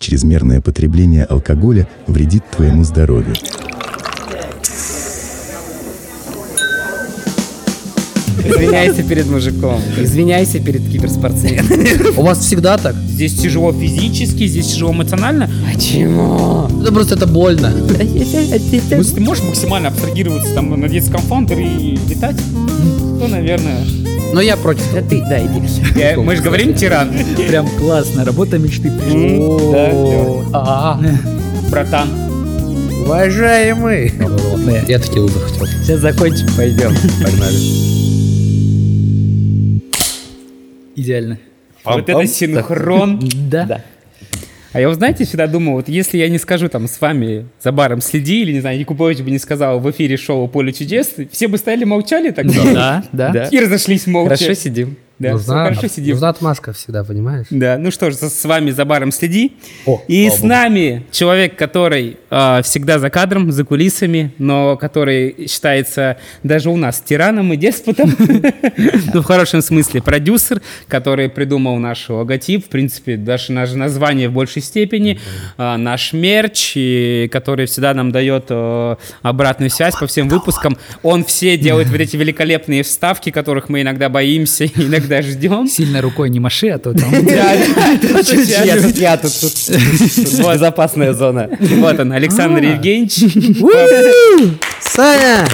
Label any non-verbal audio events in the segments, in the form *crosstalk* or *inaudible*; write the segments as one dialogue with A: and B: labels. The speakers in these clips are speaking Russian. A: Чрезмерное потребление алкоголя вредит твоему здоровью.
B: Извиняйся перед мужиком. Извиняйся перед киберспортсменом.
C: У вас всегда так?
D: Здесь тяжело физически, здесь тяжело эмоционально.
B: Почему?
C: Это просто это больно.
D: Ну, Если ты можешь максимально абстрагироваться, там, надеть скафандр и летать, то, наверное...
C: Но я против.
B: Да ты, да, иди.
D: Я- мы же говорим тиран,
E: Прям классно, работа мечты
D: М,
E: пришла.
D: да, всё.
C: А,
D: братан.
C: Уважаемый. Я такие лузы хотел.
B: Сейчас закончим, пойдем.
C: Погнали.
E: Идеально.
D: Вот это синхрон.
E: Да.
D: А я, вот знаете, всегда думал, вот если я не скажу там с вами за баром следи, или, не знаю, Якубович бы не сказал в эфире шоу «Поле чудес», все бы стояли молчали тогда.
E: А, Да, да.
D: И разошлись молча.
B: Хорошо сидим.
D: Да,
C: Ну,
D: всё, хорошо сидим.
C: Нужна отмазка всегда, понимаешь?
D: Да, ну что ж, с с вами за баром следи.
C: О,
D: И с нами человек, который э, всегда за кадром, за кулисами, но который считается даже у нас тираном и деспотом. Ну, в хорошем смысле, продюсер, который придумал наш логотип, в принципе, даже наше название в большей степени, э, наш мерч, и который всегда нам дает э, обратную связь по всем выпускам. Он все делает вот эти великолепные вставки, которых мы иногда боимся, *laughs* иногда ждем.
E: Сильно рукой не маши, а то там...
D: *laughs*
B: *laughs* Я тут, я тут, тут. тут Безопасная зона.
D: Вот
E: А.
D: он, Александр Евгеньевич.
C: Саня!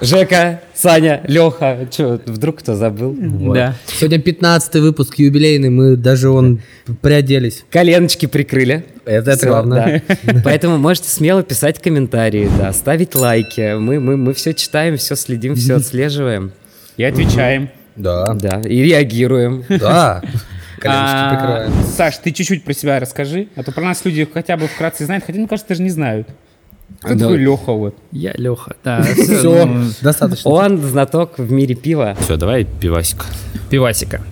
B: Жека, Саня, Леха. Че, вдруг кто забыл?
D: Да.
C: Сегодня 15 выпуск, юбилейный, мы даже он приоделись.
B: Коленочки прикрыли.
C: Это,
B: Всё,
E: *laughs*
B: да. Поэтому можете смело писать комментарии, да, ставить лайки. Мы, мы, мы все читаем, все
E: *laughs*
B: следим, все отслеживаем.
D: И отвечаем.
C: Да,
B: Да, и реагируем.
D: А,
C: да. Коленочки прикрываем.
D: Саш, ты чуть-чуть про себя расскажи, а то про нас люди хотя бы вкратце знают, хотя, мне кажется, даже не знают.
C: Ну,
D: Кто
B: Да.
D: такой Леха вот?
E: Я Леха. Да, всё,
C: Все,
E: ну,
C: достаточно.
B: Он знаток в мире пива.
F: Все, давай пивасик.
E: Пивасика.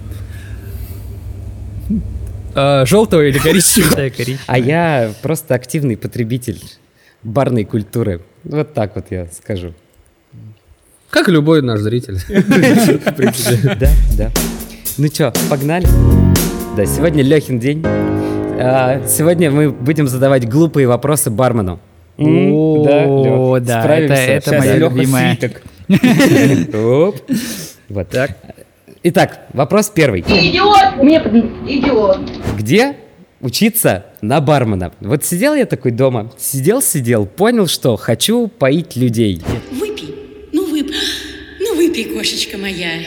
E: Желтого или коричневого?
B: А я просто активный потребитель барной культуры. Вот так вот я
E: *laughs*
B: скажу.
C: Как любой наш зритель.
B: Да, да. Ну чё, погнали? Да, сегодня Лехин день. А, Сегодня мы будем задавать глупые вопросы бармену.
E: О,
B: Лёх,
E: да,
B: справимся.
E: это- это
B: Щас
E: моя
B: Лёха
E: любимая.
D: свиток.
B: *laughs* Оп. Вот так. Итак, вопрос первый.
G: Идиот! Мне Идиот.
B: Где учиться на бармена? Вот сидел я такой дома, сидел-сидел, понял, что хочу поить людей.
H: Выпей. Ну, вып... ну выпей, кошечка моя.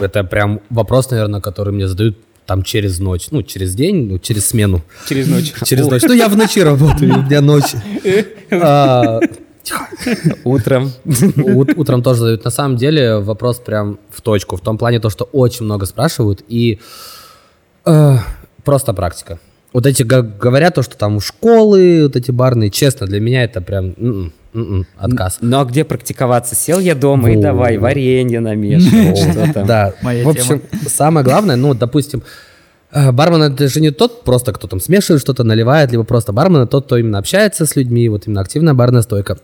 C: Это прям вопрос, наверное, который мне задают там через ночь. Ну, через день, ну, через смену.
D: Через ночь.
C: Через ночь. Ну, я в ночи работаю, у меня ночь. *laughs* А,
B: Утром.
C: ут- Утром тоже задают. На самом деле вопрос прям в точку. В том плане то, что очень много спрашивают и э, просто практика. Вот эти га- говорят то, что там у школы, вот эти барные, честно, для меня это прям м-м, м-м, отказ.
B: Ну а где практиковаться? Сел я дома и
C: Во.
B: давай варенье намешивал. что там.
C: Да,
E: Моя
C: в общем, самое главное, ну, допустим, э, бармен это же не тот просто, кто там смешивает что-то, наливает, либо просто бармен, это тот, кто именно общается с людьми, вот именно активная барная стойка.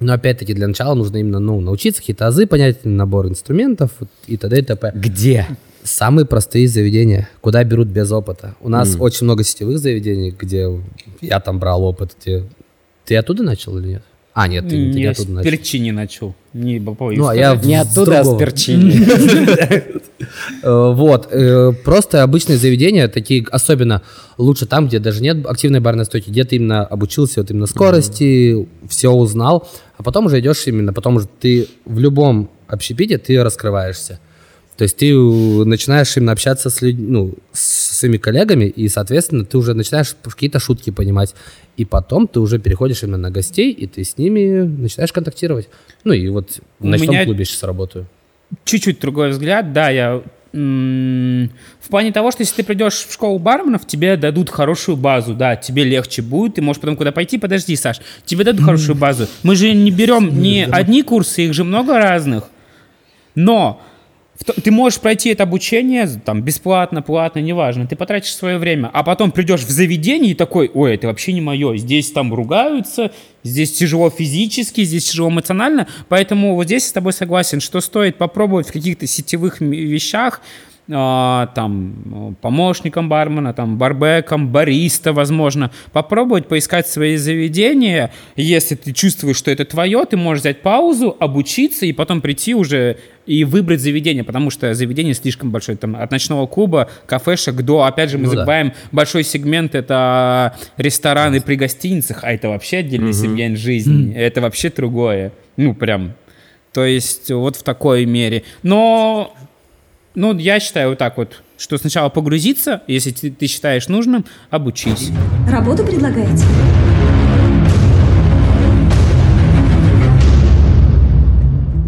C: Но опять-таки для начала нужно именно ну, научиться какие-то азы, понять набор инструментов вот, и т.д. и т.п.
B: Где?
C: Самые простые заведения, куда берут без опыта. У нас очень много сетевых заведений, где я там брал опыт. Где... Ты оттуда начал или нет? А, нет, ты, ты не
D: Я с
C: оттуда начал.
D: перчини начал. Не боюсь.
C: Ну, а я
B: Не
C: с
B: оттуда, а с
C: другого.
B: перчини.
C: Э, Вот, э, просто обычные заведения, такие особенно лучше там, где даже нет активной барной стойки, где ты именно обучился, вот именно скорости, все узнал, а потом уже идешь именно, потом уже ты в любом общепите ты раскрываешься. То есть ты э, начинаешь именно общаться с людьми, ну, с своими коллегами, и, соответственно, ты уже начинаешь какие-то шутки понимать. И потом ты уже переходишь именно на гостей, и ты с ними начинаешь контактировать. Ну и вот в
D: У
C: ночном
D: меня-
C: клубе сейчас работаю.
D: чуть-чуть другой взгляд, да, я м, в плане того, что если ты придешь в школу барменов, тебе дадут хорошую базу, да, тебе легче будет, ты можешь потом куда пойти, подожди, Саш, тебе дадут хорошую базу. Мы же не берем не одни курсы, их же много разных, но в то- ты можешь пройти это обучение там бесплатно, платно, неважно, ты потратишь свое время, а потом придешь в заведение и такой, ой, это вообще не мое, здесь там ругаются, здесь тяжело физически, здесь тяжело эмоционально, поэтому вот здесь я с тобой согласен, что стоит попробовать в каких-то сетевых м- вещах, а, там, э, помощником бармена, там, барбеком, бариста, возможно. Попробовать поискать свои заведения. Если ты чувствуешь, что это твое, ты можешь взять паузу, обучиться и потом прийти уже и выбрать заведение, потому что заведение слишком большое. Там, от ночного клуба, кафешек до, опять же, мы
C: Ну да.
D: забываем, большой сегмент — это рестораны при гостиницах, а это вообще отдельный сегмент жизни. Это вообще другое. Ну, прям то есть вот в такой мере. Но, ну, я считаю вот так вот, что сначала погрузиться, если ты, ты считаешь нужным, обучись.
F: Работу предлагаете?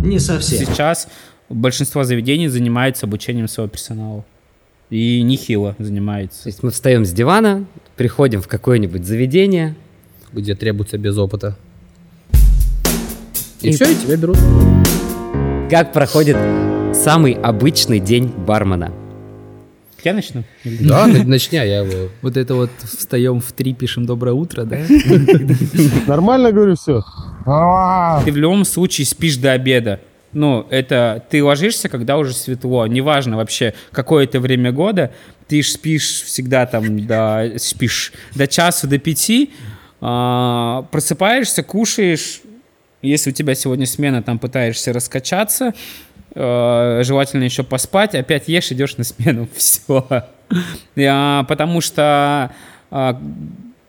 I: Не совсем.
D: Сейчас большинство заведений занимается обучением своего персонала. И нехило
B: То
D: занимается.
B: есть мы встаем с дивана, приходим в какое-нибудь заведение,
C: где требуется без опыта. И,
B: И-
C: все, и тебя берут.
B: Как проходит самый обычный день бармена?
D: Я начну?
E: *laughs*
C: Да, на- начни, а я его...
E: Вот это вот встаем в три, пишем «Доброе утро», да?
J: Нормально говорю все?
D: Ты в любом случае спишь до обеда. Ну, это ты ложишься, когда уже светло. Неважно вообще, какое это время года. Ты ж спишь всегда там до... Спишь до часу, до пяти. А, просыпаешься, кушаешь. Если у тебя сегодня смена, там пытаешься раскачаться. э, желательно еще поспать. Опять ешь, идешь на смену. *laughs* Все. потому что... а,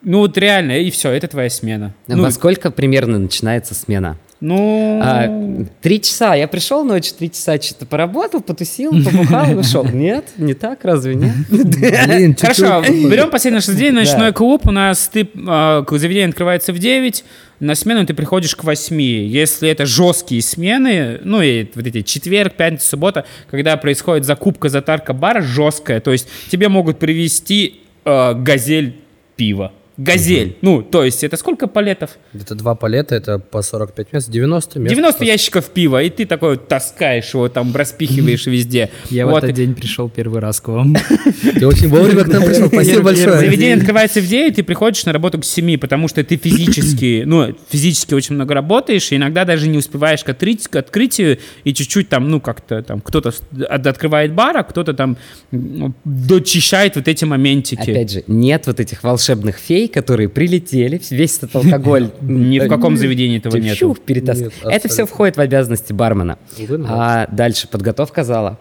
D: ну, вот реально, и все, это твоя смена. Ну,
B: Во сколько примерно начинается смена?
D: ну...
B: А, Три часа. Я пришел ночью, три часа что-то поработал, потусил, *laughs* побухал и ушел. Нет, не так, разве нет?
C: Блин,
B: *laughs*
D: Хорошо, берем последний наш день, ночной клуб. У нас ты, а, к- заведение открывается в 9, на смену ты приходишь к 8. Если это жесткие смены, ну и вот эти четверг, пятница, суббота, когда происходит закупка, затарка бара жесткая, то есть тебе могут привезти э, газель пива. Газель. Ну, то есть это сколько палетов?
C: Это два палета, это по 45 мест, 90 мест.
D: 90 ящиков пива, и ты такой вот таскаешь его там, распихиваешь везде.
E: Я в
D: Вот,
E: этот день пришел первый раз к вам.
C: Ты очень вовремя к
E: *laughs*
C: нам пришел, спасибо большое.
D: Заведение открывается в 9, ты приходишь на работу к 7, потому что ты физически, ну, физически очень много работаешь, и иногда даже не успеваешь к, отрыть- к открытию, и чуть-чуть там, ну, как-то там кто-то с- от- открывает бар, а кто-то там м, дочищает вот эти моментики.
B: Опять же, нет вот этих волшебных фей, которые прилетели, весь этот алкоголь. *laughs*
D: Ни в каком заведении этого
B: Типа,
D: нет.
B: щух, перетаскивай.
C: Нет,
B: Это все
C: абсолютно.
B: входит в обязанности бармена.
C: Увы, но
B: А дальше подготовка зала.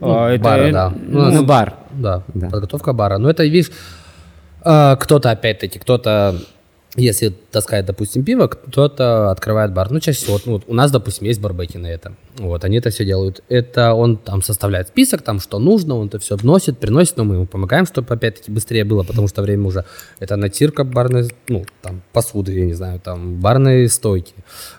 D: А,
C: бара, да. У нас-
B: Ну, бар.
C: Да,
B: Да.
C: подготовка бара. Но это, видишь, а, кто-то, опять-таки, кто-то, если таскает, допустим, пиво, кто-то открывает бар. Ну, чаще всего, вот, ну, вот у нас, допустим, есть барбеки на это. Вот, они это все делают. Это он там составляет список, там, что нужно, он это все носит, приносит, но мы ему помогаем, чтобы, опять-таки, быстрее было, потому что время уже, это натирка барной, ну, там, посуды, я не знаю, там, барные стойки,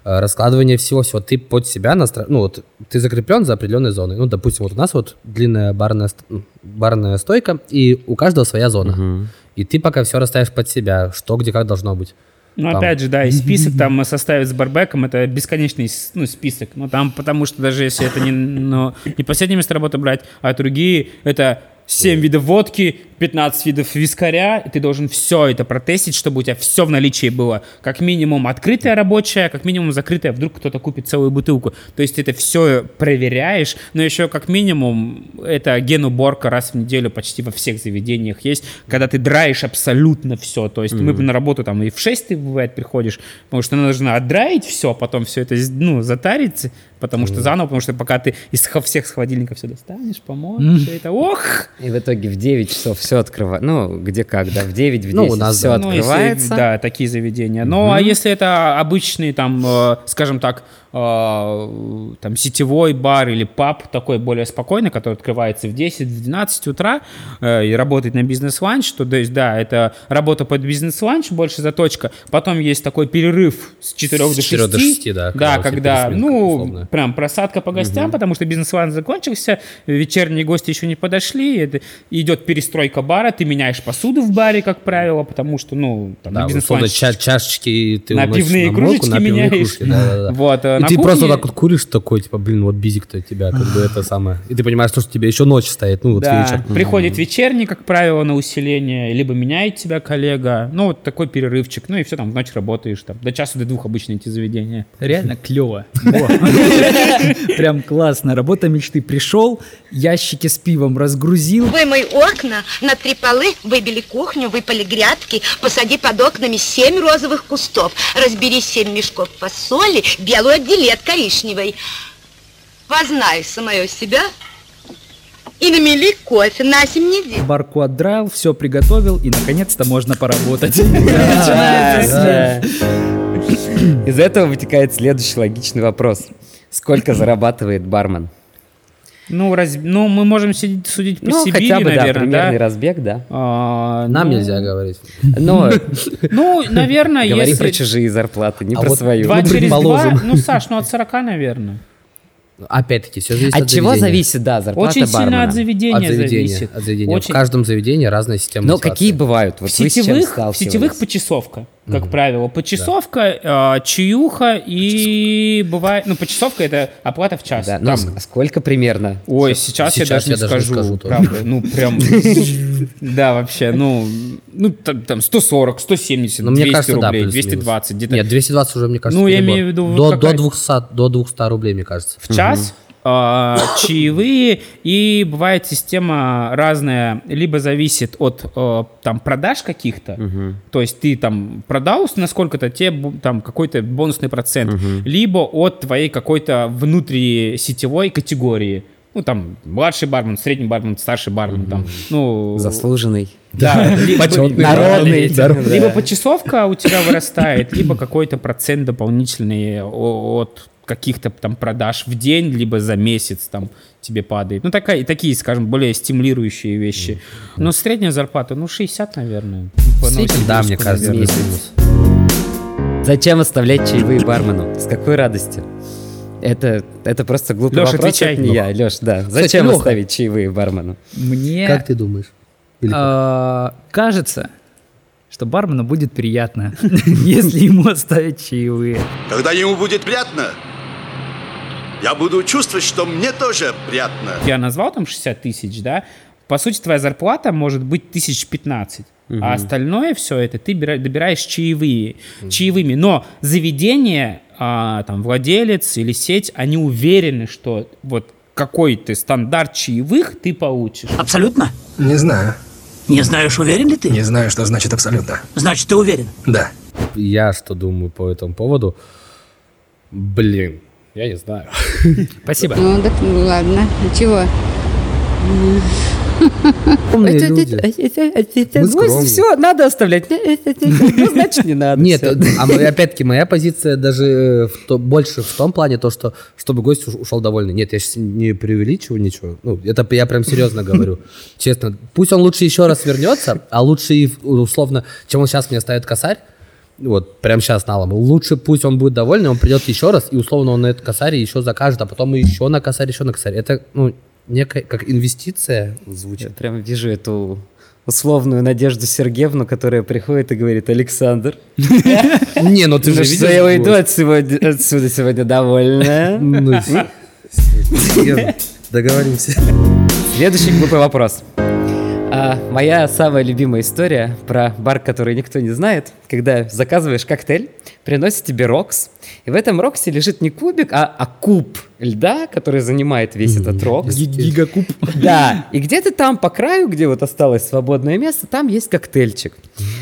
C: э, раскладывание всего-всего. Ты под себя настраиваешь, ну, вот, ты закреплен за определенной зоной. Ну, допустим, вот у нас вот длинная барная, ст- ну, барная стойка, и у каждого своя зона. И ты пока все расставишь под себя, что где как должно быть.
D: Ну,
C: Там.
D: опять же, да, и список там составить с барбеком, это бесконечный с- ну, список. Ну, там, потому что даже если это не, ну, не последнее место работы брать, а другие, это 7 видов водки, 15 видов вискаря, и ты должен все это протестить, чтобы у тебя все в наличии было. Как минимум открытая рабочая, как минимум закрытая, вдруг кто-то купит целую бутылку. То есть ты это все проверяешь, но еще как минимум это генуборка раз в неделю почти во всех заведениях есть, когда ты драешь абсолютно все. То есть мы на работу там и в 6 ты бывает приходишь, потому что нужно отдраить все, потом все это ну, затарить, потому что заново, потому что пока ты из хо- всех с холодильника все достанешь, поможешь, всё это ох!
B: И в итоге в 9 часов все открывается. Ну, где как, да, в 9, в 10
C: Ну, у нас,
B: все
C: да.
D: Ну, если,
B: открывается.
D: да, такие заведения. Ну, а если это обычный, там, э, скажем так, э, там, сетевой бар или паб такой более спокойный, который открывается в 10-12 утра э, и работает на бизнес-ланч, то, то есть, да, это работа под бизнес-ланч, больше заточка. Потом есть такой перерыв с 4
C: С
D: до 6.
C: 4 до 6,
D: Да,
C: да, когда у тебя
D: когда,
C: пересменка
D: ну,
C: условная.
D: прям просадка по гостям, потому что бизнес-ланч закончился, вечерние гости еще не подошли, это идет перестройка бара, ты меняешь посуду в баре, как правило, потому что, ну, там,
C: Да,
D: на
C: вот
D: бизнес
C: сода, ча- чашечки ты
D: На
C: уносишь
D: пивные
C: на мойку, на
D: кружечки
C: пивные
D: меняешь.
C: кружки. Да, да, да.
D: *laughs* Вот, э,
C: И
D: на
C: ты просто
D: кухне-
C: так вот куришь такой, типа, блин, вот бизик-то тебя, как бы это самое. И ты понимаешь, то, что тебе еще ночь стоит, ну вот
D: Да,
C: вечер.
D: приходит вечерний, как правило, на усиление, либо меняет тебя коллега, ну, вот такой перерывчик, ну, и все, там, в ночь работаешь, там, до часу, до двух обычно эти заведения.
E: Реально клево. Прям классно. Работа мечты. Пришел, ящики с пивом разгрузил.
F: Вымой окна, натри полы, выбили кухню, выпали грядки, посади под окнами семь розовых кустов, разбери семь мешков фасоли, белую отдели от коричневой. Познай самое себя и намели кофе на семь недель.
E: Барку отдрал, все приготовил, и наконец-то можно
B: *laughs*
E: поработать.
B: Да. Из этого вытекает следующий логичный вопрос. Сколько зарабатывает бармен?
D: Ну, раз... ну мы можем сидеть, судить по
B: Ну,
D: Сибири,
B: хотя бы, да,
D: наверное,
B: примерный
D: да?
B: разбег, *laughs* да.
D: А,
C: Нам
D: ну,
C: нельзя говорить.
B: Но
D: Ну,
C: *laughs*
D: наверное,
B: говори про
D: если...
B: чужие зарплаты, не
C: А
B: про
C: вот
B: свою.
D: Два
C: Ну,
D: через два,
C: предположим.
D: ну, Саш, ну, от 40, наверное.
C: Ну, Опять-таки, все зависит
B: От чего
C: заведения.
B: зависит, да, зарплата
D: Очень сильно
B: бармена?
D: от заведения,
C: От заведения.
D: зависит.
C: От заведения. В
D: Очень...
C: каждом заведении разная система
B: Но
C: мотивации.
B: Ну, какие бывают? Вот
D: в
B: вы с чем
D: сетевых, в
B: сталкивались?
D: сетевых почасовка, как правило. Почасовка, а, чаюха и бывает... Ну, почасовка — это оплата в час.
B: Да,
D: Там-
B: ну, ск- сколько примерно?
D: Ой, сейчас, я
C: сейчас
D: даже
C: я
D: не
C: даже не
D: скажу.
C: скажу тоже.
D: правда. Ну,
C: *laughs*
D: прям... Да, вообще, ну... Ну, там там 140, 170,
C: Ну, мне
D: 200
C: кажется, да,
D: рублей,
C: плюс-минус.
D: 220 где-то.
C: Нет, 220 уже, мне кажется,
D: Ну, я
C: перебор.
D: имею в виду, вот
C: До,
D: какая-
C: до, 200, до 200 рублей, мне кажется.
D: в час, а, чаевые, и бывает система разная, либо зависит от э, там продаж каких-то, то есть ты там продал насколько-то, тебе бу- там какой-то бонусный процент, либо от твоей какой-то внутрисетевой категории. Ну, там, младший бармен, средний бармен, старший бармен, там, ну...
B: Заслуженный.
D: Да, либо-
B: Почетный.
D: народный.
B: Народный.
D: Либо
B: Да.
D: почасовка у тебя вырастает, либо какой-то процент дополнительный о- от каких-то там продаж в день, либо за месяц там тебе падает. Ну, такая, такие, скажем, более стимулирующие вещи. Но средняя зарплата, ну, 60, наверное. По
C: среднем, да, Ну, мне
D: Новосибирску,
C: кажется,
D: наверное.
C: плюс-минус.
B: Зачем оставлять чаевые бармену? С какой радостью? Это, это просто глупый
D: Лёш,
B: вопрос,
D: отвечай.
B: это не я, Леш, да. Зачем
E: Лёха.
B: оставить чаевые бармену? Э,
E: Мне
C: Как ты думаешь? Или как?
E: а, кажется, что бармену будет приятно, *laughs* если ему оставить чаевые.
K: Когда ему будет приятно, я буду чувствовать, что мне тоже приятно.
D: Я назвал там 60 тысяч, да? По сути, твоя зарплата может быть тысяч 15. А остальное все это ты бира- добираешь чаевые, чаевыми. Но заведение, а, там, владелец или сеть, они уверены, что вот какой ты стандарт чаевых ты получишь.
I: Абсолютно?
J: Не знаю.
I: Не знаешь, уверен ли ты?
J: Не знаю, что значит абсолютно.
I: Значит, ты уверен.
J: Да.
C: Я что думаю по этому поводу? Блин, я не знаю.
E: Спасибо.
F: Ну, так ладно, ничего.
C: Умные люди. Мы скромные.
B: Все, ну, надо оставлять. Ну, значит, не надо.
C: Нет,
B: всё.
C: а мы- опять-таки моя позиция даже э, в то- больше в том плане, то, что чтобы гость уш- ушел довольный. Нет, я сейчас не преувеличиваю ничего. Ну, это я прям серьезно говорю. *laughs* Честно. Пусть он лучше еще раз вернется, а лучше и, условно, чем он сейчас мне ставит косарь, вот, прям сейчас налом. Лучше пусть он будет довольный, он придет еще раз, и условно он на этот косарь еще закажет, а потом еще на косарь, еще на косарь. Это, ну, некая как инвестиция
B: Я *laughs*
C: звучит.
B: прям вижу эту условную Надежду Сергеевну, которая приходит и говорит, Александр,
C: Не, ну ты же
B: ну
C: видишь.
B: что, я
C: вот.
B: уйду от сегодня- отсюда сегодня довольная.
C: Ну, серьезно. Договоримся.
B: Следующий глупый вопрос. А, моя самая любимая история про бар, который никто не знает, когда заказываешь коктейль, приносит тебе рокс, и в этом роксе лежит не кубик, а, а куб льда, который занимает весь этот рокс.
E: Гигакуб.
B: Да, и где-то там по краю, где вот осталось свободное место, там есть коктейльчик.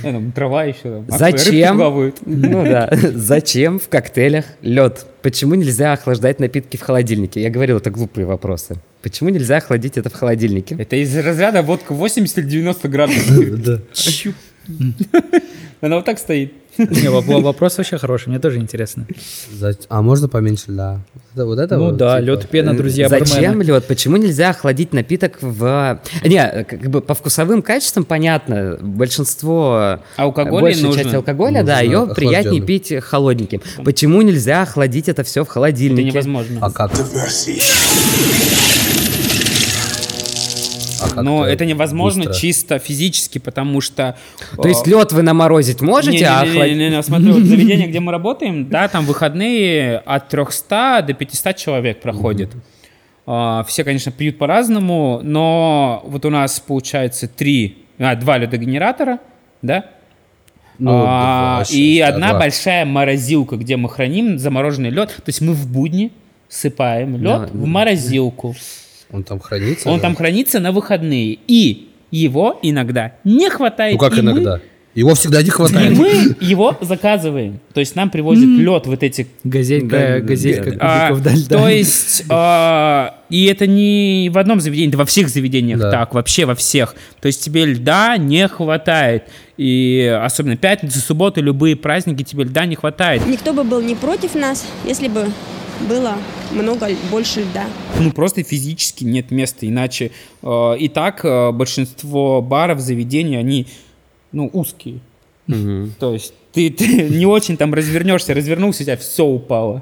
D: Э, ну, Трава еще. там, а рыбки
B: Зачем?
D: плавают.
B: Ну да. Зачем в коктейлях лед? Почему нельзя охлаждать напитки в холодильнике? Я говорил, это глупые вопросы. Почему нельзя охладить это в холодильнике?
D: Это из разряда водка 80 или 90
E: *laughs*
D: градусов. Чу. Она вот так стоит.
E: Не, воп- вопрос вообще хороший, мне тоже интересно.
C: За- А можно поменьше льда? Вот это- Вот это
E: Ну
C: вот,
E: да,
C: типа.
E: лед пена, друзья,
B: Зачем
E: бармены.
B: лед? Почему нельзя охладить напиток в... э, Не, как бы по вкусовым качествам понятно. Большинство... э,
D: Алкоголь
B: Большая
D: нужно.
B: часть алкоголя,
C: Нужно
B: да, ее
C: охлажденным.
B: приятнее пить холодненьким. Почему нельзя охладить это все в
C: А
B: холодильнике?
D: Это невозможно.
C: А как? как-то
D: Но это невозможно
C: быстро.
D: чисто физически, потому что... э,
B: То есть лед вы наморозить можете, а охладить-
D: Не-не-не,
C: *laughs*
D: смотрю, вот заведение, где мы работаем, да, там выходные от 300 до 500 человек проходит. А, Все, конечно, пьют по-разному, но вот у нас получается три, а, два ледогенератора, да?
C: Ну,
D: А,
C: два,
D: и
C: шесть, да,
D: одна
C: два.
D: большая морозилка, где мы храним замороженный лед. То есть мы в будни сыпаем лед
C: Да.
D: в морозилку.
C: Он там хранится? Ну
D: Он
C: да?
D: там хранится на выходные. И его иногда не хватает.
C: Ну как
D: и мы-
C: иногда? Его всегда не
D: и
C: хватает.
D: мы его заказываем. То есть нам привозят лед вот эти.
E: Газелька, газелька,
D: А,
E: кубиков вдаль, да.
D: То есть, а, и это не в одном заведении, да во всех заведениях
C: Да.
D: так, вообще во всех. То есть тебе льда не хватает. И особенно пятница, суббота, любые праздники тебе льда не хватает.
L: Никто бы был не против нас, если бы было много ль- больше льда.
D: Ну, просто физически нет места, иначе э, и так э, большинство баров, заведений, они, ну, узкие. То есть ты, ты *laughs* не очень там развернешься, развернулся, у тебя все упало.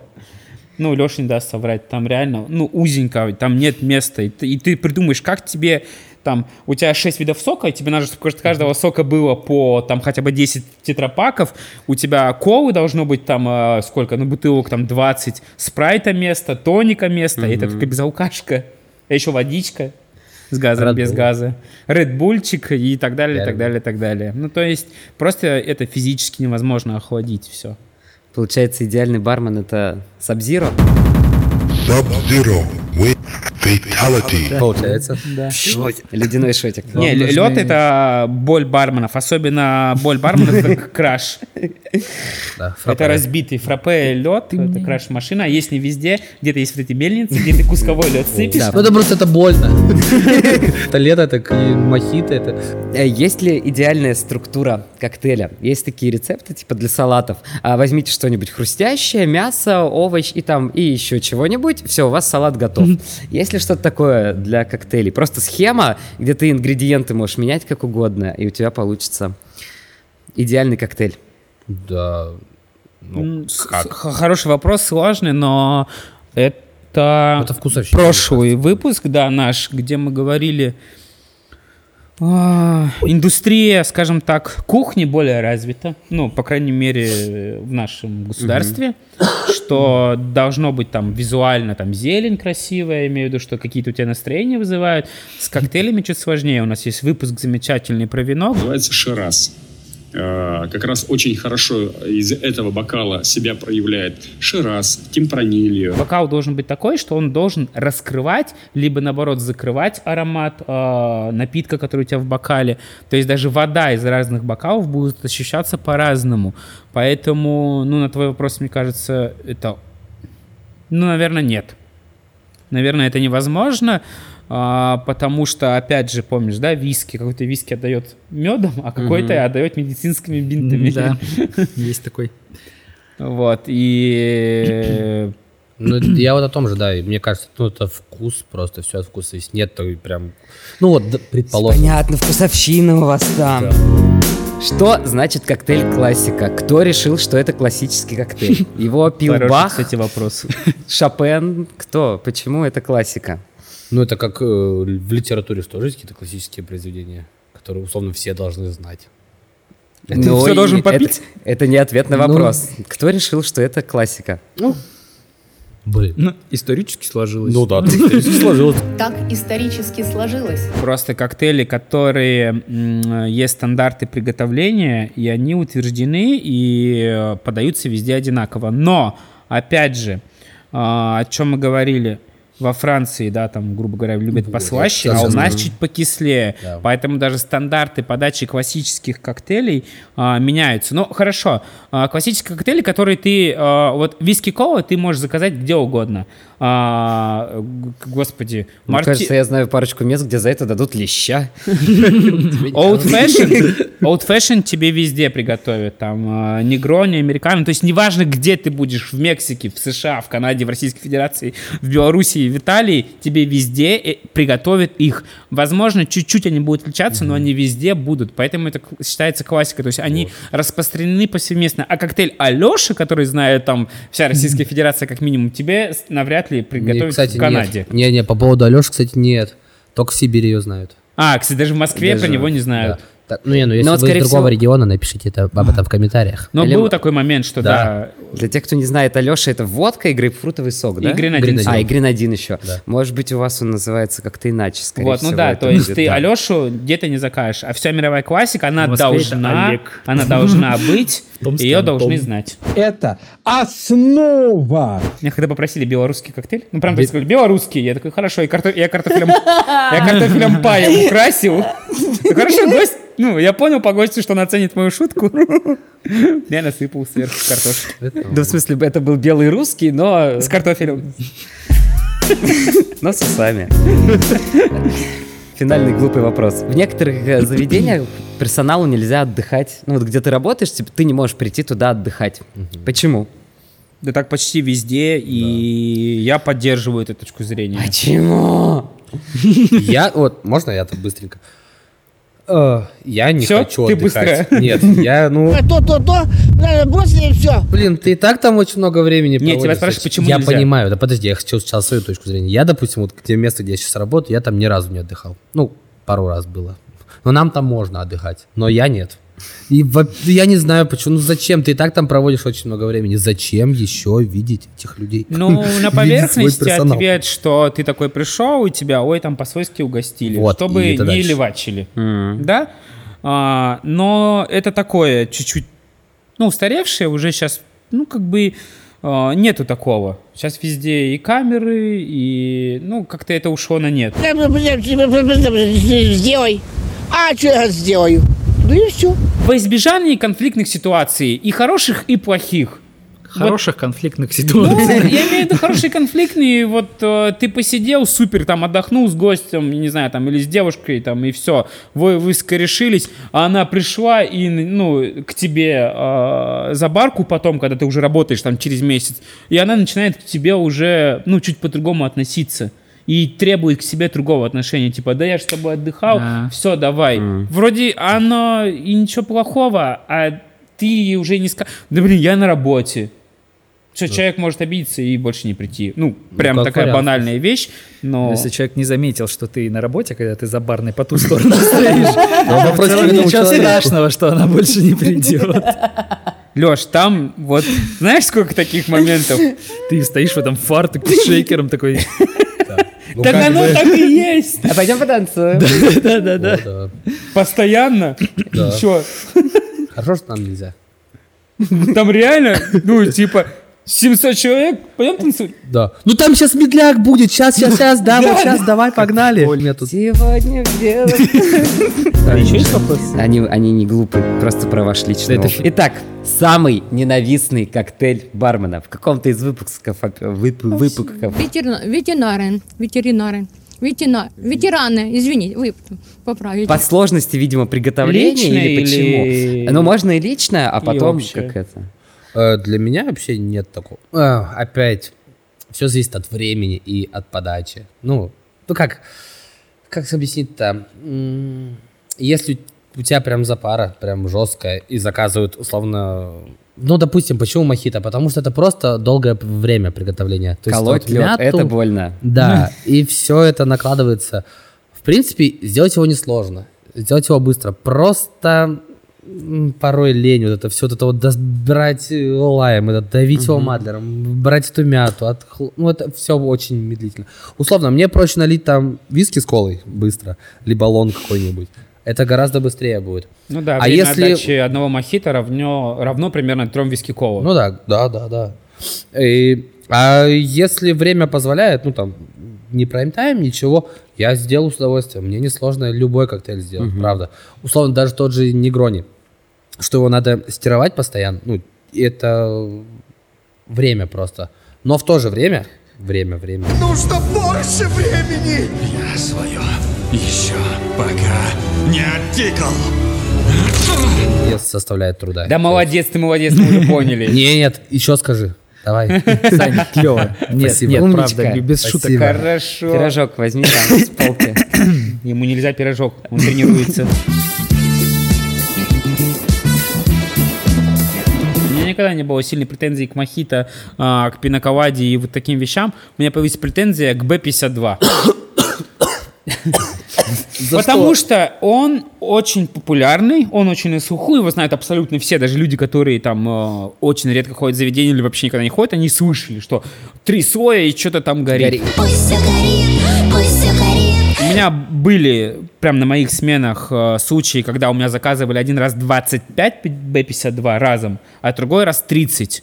D: Ну, Леша не даст соврать, там реально, ну, узенько, там нет места. И ты, и ты придумаешь, как тебе там, у тебя 6 видов сока, и тебе надо, чтобы от каждого сока было по там хотя бы 10 тетрапаков, у тебя колы должно быть там э, сколько, ну, бутылок там 20, спрайта место, тоника место, и это
B: Мгм.
D: только безалкашка, а еще водичка с газом,
B: Red
D: без
B: Bull.
D: газа, редбульчик и так далее, так
B: Реально.
D: далее, так далее. Ну, то есть, просто это физически невозможно охладить все.
B: Получается, идеальный бармен это Сабзиро.
C: Получается.
B: Да. Ледяной шотик.
D: Не, лед это боль барменов, особенно боль барменов это к- краш.
C: Да, фраппе.
D: Это разбитый фраппе лед, это краш машина, а есть не везде, где-то есть вот эти мельницы, где ты кусковой лед сыпешь.
C: Ну это просто это больно. *laughs* Это лето, это к- мохито, это...
B: Э, Есть ли идеальная структура коктейля? Есть такие рецепты, типа для салатов. А, возьмите что-нибудь хрустящее, мясо, овощ и там и еще чего-нибудь. Все, у вас салат готов. Есть ли что-то такое для коктейлей? Просто схема, где ты ингредиенты можешь менять как угодно, и у тебя получится идеальный коктейль.
C: Да.
D: М, с- х- Хороший вопрос, сложный, но это,
C: Это вкусовщина,
D: прошлый выпуск, да, наш, где мы говорили а, индустрия, скажем так, кухни более развита, ну, по крайней мере, э, в нашем государстве, что должно быть там визуально там зелень красивая, я имею в виду, что какие-то у тебя настроения вызывают. С коктейлями чуть сложнее. У нас есть выпуск замечательный про вино.
M: называется «Шираз». Э, Как раз очень хорошо из этого бокала себя проявляет «Шираз», «Темпранильо».
D: Бокал должен быть такой, что он должен раскрывать, либо наоборот закрывать аромат э, напитка, который у тебя в бокале. То есть даже вода из разных бокалов будет ощущаться по-разному. Поэтому, ну, на твой вопрос, мне кажется, это... Ну, наверное, нет. Наверное, это невозможно, а, потому что, опять же, помнишь, да, виски, какой-то виски отдает медом, а какой-то
E: Мгм.
D: отдает медицинскими бинтами.
E: Да, есть такой.
D: *laughs* Вот, и...
C: Ну, это- я вот о том же, да, и мне кажется, ну, это вкус, просто все от вкуса. Если нет, то и прям... Ну, вот, да, предположим.
B: Понятно, вкусовщина у вас там. Что значит коктейль классика? Кто решил, что это классический *laughs* коктейль? Его пил
D: Хороший,
B: Бах,
D: кстати, вопрос.
B: Шопен. Кто? Почему это классика?
C: Ну, это как э, в литературе что же есть какие-то классические произведения, которые, условно, все должны знать.
D: Ты всё
B: Ну и
D: должен
B: это-
D: попить?
B: Это, не ответ на
C: Ну.
B: вопрос. Кто решил, что это классика?
C: Блин.
E: Ну, исторически сложилось.
D: *laughs*
C: Ну да, сложилось.
N: Так исторически сложилось.
D: Просто коктейли, которые м, есть стандарты приготовления, и они утверждены и э, подаются везде одинаково. Но, опять же, а, о чем мы говорили, во Франции, да, там, грубо говоря, любят
B: Вот,
D: послаще,
B: я
D: а у
B: сейчас
D: нас
B: говорю.
D: чуть покислее.
B: Да.
D: Поэтому даже стандарты подачи классических коктейлей а, меняются. Ну, хорошо. А, классические коктейли, которые ты... а, вот виски кола ты можешь заказать где угодно. А, г- господи,
B: Мне
D: Марти-
B: кажется, я знаю парочку мест, где за это дадут леща.
D: Old Fashion, old fashion тебе везде приготовят, там, э, негрони, американо, то есть неважно, где ты будешь, в Мексике, в США, в Канаде, в Российской Федерации, в Белоруссии, в Италии, тебе везде э, приготовят их. Возможно, чуть-чуть они будут отличаться, но они везде будут, поэтому это к- считается классикой, то есть они распространены повсеместно, а коктейль Алеши, который знает там вся Российская Федерация как минимум, тебе с- навряд ли
C: Мне,
D: приготовят
C: кстати,
D: в Канаде.
C: Не, не, по поводу Алеши, кстати, нет. Только в Сибири ее знают.
D: А, кстати, даже в Москве
C: Даже,
D: про него не знают.
C: Так, ну, не, ну если
D: Но вот,
C: вы
D: скорее
C: из другого
D: всего-
C: региона, напишите это, об этом в комментариях.
D: Но
B: Или-
D: был такой момент, что да.
B: Для тех, кто не знает, Алеша это водка и грейпфрутовый сок, да?
D: И гренадин. Гренадин.
B: А, и гренадин еще.
D: Да.
B: Может быть, у вас он называется как-то иначе, скорее
D: вот,
B: всего.
D: ну да,
B: это
D: то есть
B: будет,
D: ты
B: да.
D: Алешу где-то не закажешь, а вся мировая классика, она
B: В Москве это
D: должна,
B: Олег.
D: она должна быть,
B: Томске
D: ее
B: Антон.
D: должны знать.
O: Это основа.
D: Меня когда попросили белорусский коктейль, ну прям так сказали, белорусский, я такой, хорошо, и картоф- я картофелем,
B: *laughs*
D: я картофелем паем украсил. Ну, Хорошо, гость, ну я понял по гостю, что он оценит мою шутку. *laughs* Я насыпал сверху картошки.
B: Да, Ну, в смысле, это был белый русский, но...
D: С картофелем.
B: Но с усами. *laughs* Финальный глупый вопрос. В некоторых э, заведениях персоналу нельзя отдыхать. Ну вот где ты работаешь, типа, ты не можешь прийти туда отдыхать. Почему?
D: Да так почти везде, и я поддерживаю эту точку
B: А
D: зрения.
B: Почему?
C: Я, вот, можно я там быстренько? Э, Я не
D: Всё?
C: хочу
D: Ты
C: отдыхать.
D: быстрая?
C: Нет, я, ну...
P: А То, то, то, надо бросить и все.
C: Блин, ты и так там очень много времени
D: Нет, тебя
C: проводишь.
D: спрашивают, почему
C: Я
D: нельзя.
C: понимаю, да подожди, я хочу сейчас свою точку зрения. Я, допустим, вот те место, где я сейчас работаю, я там ни разу не отдыхал. Ну, пару раз было. Но нам там можно отдыхать, но я нет. И во- я не знаю, почему, ну зачем, ты и так там проводишь очень много времени, зачем еще видеть этих людей?
D: Ну,
C: *laughs* Видеть
D: на
C: свой
D: поверхности
C: персонал.
D: ответ, что ты такой пришел, и тебя, ой, там по-свойски угостили,
C: Вот,
D: чтобы
C: и
D: не
C: это дальше.
D: левачили. Да? А, но это такое чуть-чуть, ну, устаревшее уже сейчас, ну, как бы а, нету такого. Сейчас везде и камеры, и, ну, как-то это ушло на нет.
P: ну, Сделай. А что я сделаю? Ну и все.
D: Во избежание конфликтных ситуаций, и хороших, и плохих.
E: Хороших конфликтных
D: Ну, я
E: ситуаций.
D: имею в виду хорошие конфликтные, вот э, ты посидел, супер, там, отдохнул с гостем, не знаю, там, или с девушкой, там, и все, вы, вы скорешились, а она пришла и, ну, к тебе э, за барку потом, когда ты уже работаешь, там, через месяц, и она начинает к тебе уже, ну, чуть по-другому относиться. И требует к себе другого отношения. Типа, да я же с тобой отдыхал, все, давай. Вроде оно и ничего плохого, а ты уже не скажешь. Да блин, я на работе. Все, человек может обидеться и больше не прийти. Ну, прям
E: как
D: такая
E: вариант.
D: банальная вещь, но...
E: Если человек не заметил, что ты на работе, когда ты за барной по ту сторону *laughs* стоишь,
D: вопрос
E: то в
D: к
E: целом
D: этому
E: ничего
D: человеку.
E: страшного, что она больше не придет.
D: Леш, там вот... Знаешь, сколько таких моментов?
E: Ты стоишь в этом фартуке с шейкером такой...
D: Ну, Так как оно бы. так и есть.
B: А пойдем потанцуем.
D: Да-да-да. Постоянно?
C: Да.
D: Чё?
C: Хорошо, что нам нельзя.
D: Там реально, ну, типа, 700 человек, пойдем танцевать?
C: Да. Ну там сейчас медляк будет, сейчас, сейчас, сейчас, да,
D: Да,
C: вот сейчас, давай, погнали.
B: Сегодня в белом. Они, они не глупы, просто про ваш личный
C: Это
B: опыт. Итак, самый ненавистный коктейль бармена. В каком-то из выпусков, оп- вып- выпусков.
Q: Ветерина- ветеринары, ветеринары, ветена- ветераны, извините, вы поправите.
B: По сложности, видимо, приготовления
Q: Личное
B: или почему?
Q: или-
B: Ну, можно и лично, а
Q: И
B: потом
Q: общее.
B: как это.
C: Э, Для меня вообще нет такого. Э, Опять, все зависит от времени и от подачи. Ну, ну как, как объяснить-то? М, Если у тебя прям запара, прям жесткая, и заказывают условно... Ну, допустим, почему мохито? Потому что это просто долгое время приготовления. То есть
B: Колоть
C: вот
B: лед,
C: мяту-
B: это больно.
C: Да, и все это накладывается. В принципе, сделать его несложно. Сделать его быстро. Просто м, порой лень вот это все, вот это вот дос- брать э, лаем, это давить его
E: Мгм.
C: мадлером, брать эту мяту, отхл- ну это все очень медлительно. Условно, мне проще налить там виски с колой быстро, либо лон какой-нибудь. Это гораздо быстрее будет.
D: Ну да,
C: а
D: время
C: если
D: отдачи одного мохита равно, равно примерно трем виски кола.
C: ну да, да, да, да. И- а если время позволяет, ну там, не прайм-тайм, ничего, я сделаю с удовольствием. Мне несложно любой коктейль сделать,
E: Мгм.
C: правда. Условно, даже тот же Негрони, что его надо стировать постоянно, ну, и это время просто. Но в то же время, время, время.
R: Нужно больше времени! Я свое еще пока не оттикал.
C: не составляет труда.
D: Да молодец ты, молодец, мы уже поняли.
C: *laughs* Не, нет, еще скажи. Давай.
E: Сань, клево. Нет,
C: *laughs* Спасибо.
E: нет,
C: Умничка.
E: правда, без шуток.
C: Спасибо.
D: Хорошо.
B: Пирожок возьми там с *laughs* полки.
D: Ему нельзя пирожок, он тренируется. У меня никогда не было сильной претензии к мохито, а, к пиноколаде и вот таким вещам. У меня появилась претензия к Б-52.
C: За
D: Потому что он очень популярный, он очень на слуху, его знают абсолютно все, даже люди, которые там э, очень редко ходят в заведение или вообще никогда не ходят, они слышали, что три слоя и что-то там горит. У меня были прям на моих сменах э, случаи, когда у меня заказывали один раз 25 B52 разом, а другой раз 30.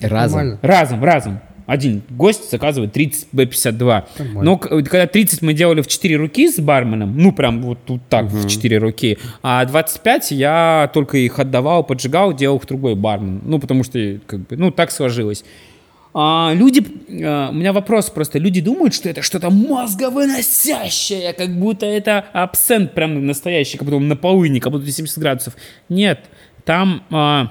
B: Разом? Нормально.
D: Разом, разом. Один гость заказывает 30 B52.
B: Нормально.
D: Но к- э, когда 30 мы делали в 4 руки с барменом, ну прям вот тут так, в 4 руки, а 25 я только их отдавал, поджигал, делал их другой бармен. Ну потому что, как бы, ну так сложилось. А, люди, э, у меня вопрос просто, люди думают, что это что-то мозговыносящее, как будто это абсент прям настоящий, как будто он на полыне, как будто 70 градусов. Нет, там а,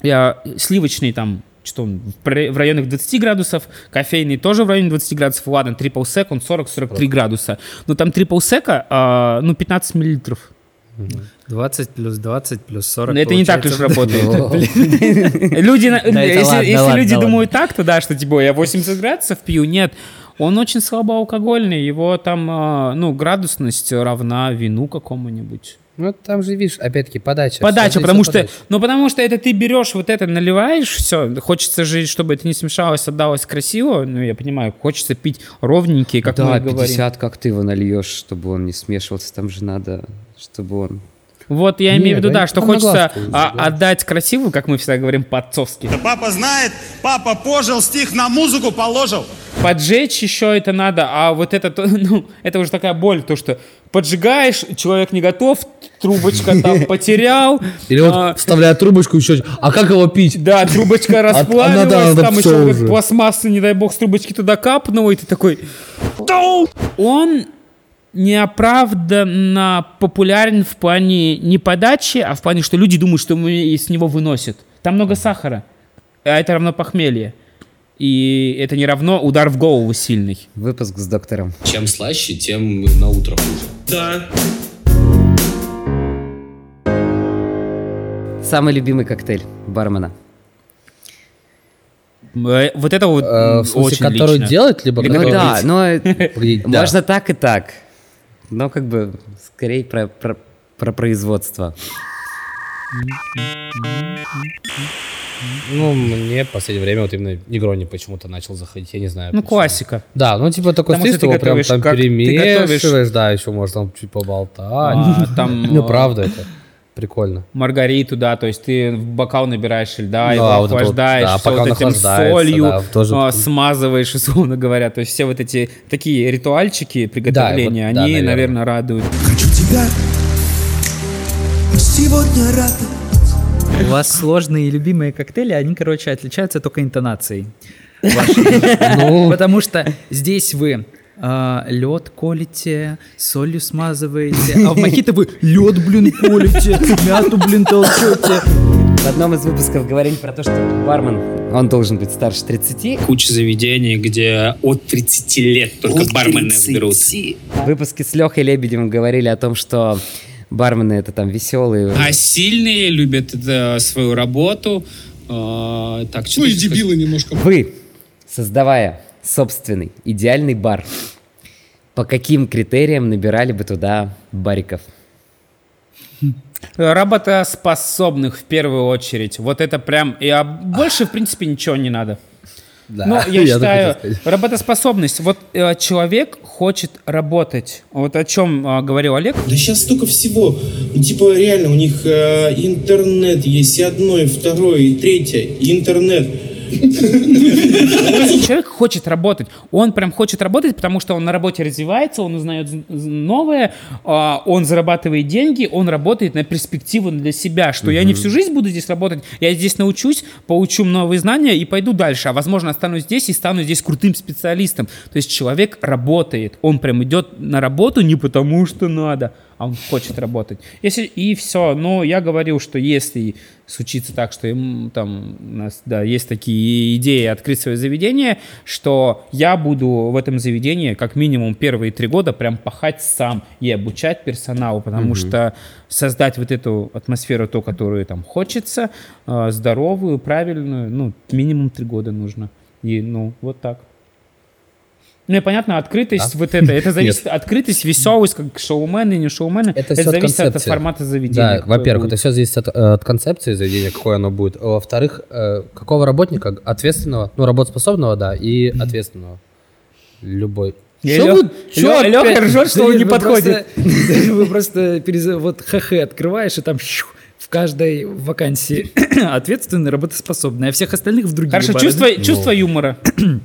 D: я сливочный там что он, в пр- в районах 20 градусов, кофейный тоже в районе 20 градусов, ладно, трипл сек, он 40-43 градуса. Но там трипл сека, а, ну, 15 миллилитров.
S: 20 плюс 20 плюс 40.
D: Но это не так уж
S: *laughs* получается.
D: работает. Люди, на-
S: Да, это ладно,
D: если если
S: ладно,
D: люди
S: ладно.
D: думают так, то да, что типа я 80 градусов пью, нет. Он очень слабоалкогольный, его там, а, ну, градусность равна вину какому-нибудь.
C: Ну, там же, видишь, опять-таки, подача.
D: Подача,
C: Всё зависит
D: потому
C: от
D: что,
C: подачи.
D: ну потому что это ты берешь вот это, наливаешь, все, хочется же, чтобы это не смешалось, отдалось красиво, ну я понимаю, хочется пить ровненькие, как мы
B: да,
D: и говорим.
B: 50, как ты его нальешь, чтобы он не смешивался, там же надо, чтобы он...
D: Вот я имею в
B: Нет,
D: виду,
B: да,
D: да, что
B: там на
D: хочется
B: глазку,
D: а, отдать красиво, как мы всегда говорим, по-отцовски.
R: Папа знает, папа пожил, стих на музыку положил.
D: Поджечь еще это надо, а вот это, то- *laughs* ну, это уже такая боль, то, что поджигаешь, человек не готов, трубочка
B: *laughs*
D: там потерял.
C: Или
D: а,
C: вот вставляя трубочку еще. А как его пить?
D: Да, трубочка расплавилась, там еще вот
C: уже.
D: пластмасса, не дай бог, с трубочки туда капнула, и ты такой... «Тау!» Он неоправданно популярен в плане не подачи, а в плане, что люди думают, что мы- из него выносят. Там много сахара, а это равно похмелье. И это не равно удар в голову сильный.
B: Выпуск с доктором.
T: Чем слаще, тем на утро хуже. Да.
B: Самый любимый коктейль бармена.
D: Э, Вот это вот
B: в
D: м,
B: смысле,
D: очень
B: который
D: лично.
B: делать, либо
D: Или
B: который
D: который
B: Ну да,
D: пить. *laughs*
B: но
D: да.
B: можно так и так. Но как бы скорее про, про, про производство.
C: Ну, мне в последнее время вот именно Негрони почему-то начал заходить, я не знаю.
D: Ну,
C: почему.
D: классика.
C: Да, ну, типа, такой
D: Потому
C: стоишь,
D: что
C: ты
D: ты
C: его прям
D: готовишь,
C: там
D: как ты
C: перемешиваешь,
D: готовишь.
C: да, еще можно там чуть поболтать.
D: А, там,
C: Ну,
D: э,
C: правда это. Прикольно.
D: Маргариту, да, то есть ты в бокал набираешь льда,
C: Да,
D: его
C: вот это вот,
D: охлаждаешь,
C: да,
D: всё
C: пока он
D: вот этим
C: охлаждается,
D: солью
C: да, тоже-
D: а, смазываешь, *laughs* условно говоря. То есть все вот эти такие ритуальчики приготовления,
C: вот, да,
D: они,
C: наверное.
D: наверное, радуют.
R: Тебя сегодня рад.
E: У вас сложные и любимые коктейли, они, короче, отличаются только интонацией. вашей.
B: Ну.
E: Потому что здесь вы э, лед А, колите, солью
D: *laughs*
E: смазываете, а в макито вы лед, блин, колите, мяту, блин, толчете.
B: В одном из выпусков говорили про то, что бармен, он должен быть старше 30.
T: *laughs* Куча заведений, где от 30 лет только
B: От
T: бармены
B: 30.
T: берут.
E: Ну,
B: В выпуске с Лехой Лебедевым говорили о том, что бармены это там веселые.
T: А сильные любят э, свою работу. э, так, что ты сказал?
B: немножко. Вы, создавая собственный идеальный бар, по каким критериям набирали бы туда бариков?
D: Работоспособных в первую очеить. Вот это прям... И а, больше, в принципе, ничего не надо.
C: Да, *laughs*
D: Ну, я,
C: я так
D: считаю,
C: хотел сказать.
D: работоспособность. Вот э, человек хочет работать. Вот о чем э, говорил Олег.
U: Да сейчас столько всего. Типа реально у них э, интернет есть и одно, и второе, и третье, и интернет.
D: Если человек хочет работать, он прям хочет работать, потому что он на работе развивается, он узнает з- з- новое, а, он зарабатывает деньги, он работает на перспективу для себя, что я не всю жизнь буду здесь работать, я здесь научусь, получу новые знания и пойду дальше, а возможно останусь здесь и стану здесь крутым специалистом. То есть человек работает, он прям идет на работу не потому что надо, а он хочет работать. Если и все, но я говорил, что если случится так, что им там у нас да есть такие идеи открыть свое заведение, что я буду в этом заведении как минимум первые три года прям пахать сам и обучать персоналу, потому
S: Мгм.
D: что создать вот эту атмосферу, то, которую там хочется, э, здоровую, правильную, ну минимум три года нужно. И ну вот так. Ну и понятно, открытость вот это,
C: *laughs*
D: это зависит, открытость, веселость, как шоумены, не шоумены, это,
C: всё от
D: зависит от
C: концепции.
D: формата заведения.
C: Да, во-первых,
D: это
C: это все зависит от, э, от концепции заведения, какое оно будет. А Во-вторых, э, какого работника? Ответственного, ну, работоспособного, да, и ответственного. Любой. Чё вы- чё опять? *laughs* Да нет, вы
E: просто- *laughs* Вы просто перез- вот ХХ открываешь, и там щух, в каждой вакансии *clears throat* ответственный, работоспособный, а всех остальных в другие
D: Хорошо,
E: бары.
D: чувство,
C: Ну.
D: чувство юмора.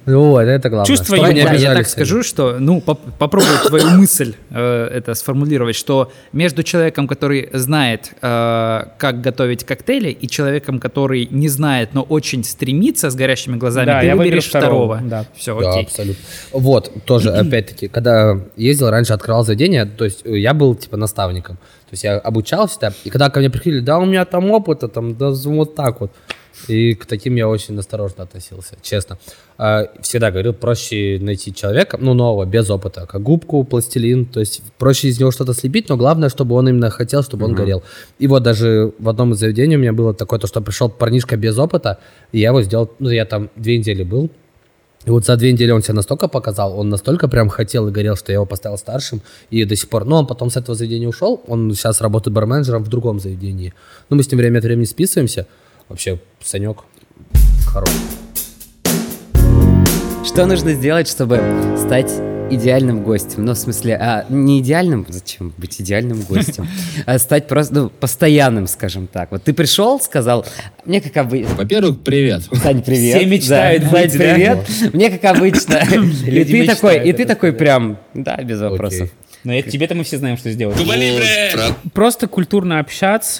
C: Вот, это главное.
E: Чувство
C: Чтобы они
E: юмора. Я так
C: обижались.
E: скажу, что, ну, поп- попробую твою мысль э, это сформулировать, что между человеком, который знает, э, как готовить коктейли, и человеком, который не знает, но очень стремится с горящими глазами,
D: Да,
E: ты
D: я выберу
E: выберешь
D: второго,
E: второго.
D: да.
E: Все,
C: Да,
E: окей.
C: абсолютно. Вот, тоже, опять-таки, когда ездил, раньше открывал заведение, то есть э, я был, типа, наставником. То есть я обучался, да, и когда ко мне приходили, да, у меня там опыта, там, да, з- вот так вот. И к таким я очень осторожно относился, честно. А, Всегда говорил, проще найти человека, ну, нового, без опыта, как губку, пластилин, то есть проще из него что-то слепить, но главное, чтобы он именно хотел, чтобы он
A: Мгм.
C: горел. И вот даже в одном из заведений у меня было такое, то, что пришел парнишка без опыта, и я его сделал, ну, я там две недели был, и вот за две недели он себя настолько показал, он настолько прям хотел и горел, что я его поставил старшим, и до сих пор. Но он потом с этого заведения ушел, он сейчас работает барменджером в другом заведении. Ну, мы с ним время от времени списываемся. Вообще, Санек хорош.
B: Что нужно сделать, чтобы стать идеальным гостем? Ну, в смысле, а, не идеальным, зачем быть идеальным
E: *laughs*
B: гостем? А стать просто, ну, постоянным, скажем так. Вот ты пришел, сказал, мне как обычно...
V: Во-первых, привет.
B: Сань, привет.
V: Все мечтают
B: Да,
V: быть,
B: Сань,
V: да?
B: привет. Мне как обычно. И
D: *laughs* Люди
B: ты такой, и
D: мечтают,
B: ты такой прям, да, без вопросов.
D: Но это тебе-то мы все знаем, что сделать.
V: Говори, блядь!
D: Просто культурно общаться.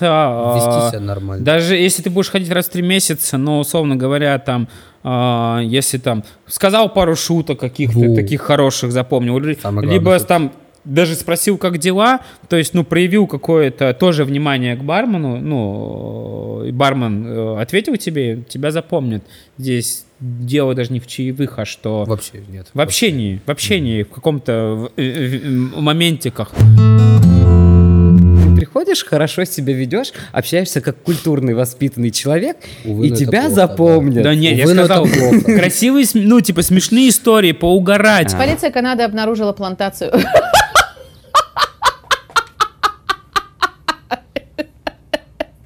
C: Вести
D: а,
C: себя нормально.
D: Даже если ты будешь ходить раз в три месяца, но, условно говоря, там, а, если там сказал пару шуток каких-то, таких хороших запомнил, ли-
V: главное,
D: либо
V: шутки.
D: там даже спросил, как дела, то есть, ну, проявил какое-то тоже внимание к бармену, ну, э, и бармен э, ответил тебе, тебя запомнит. Здесь дело даже не в чаевых, а что...
C: Вообще нет.
D: В общении, в общении, в каком-то в- э, э, м- моментиках.
B: Ты приходишь, хорошо себя ведешь, общаешься как культурный, воспитанный человек, и
D: ну, это
B: тебя
D: плохо,
B: запомнят.
D: Да нет, я
B: Увы, но это
D: сказал,
B: плохо.
D: красивые, см- ну, типа, смешные истории, поугарать.
N: Полиция Канады обнаружила плантацию.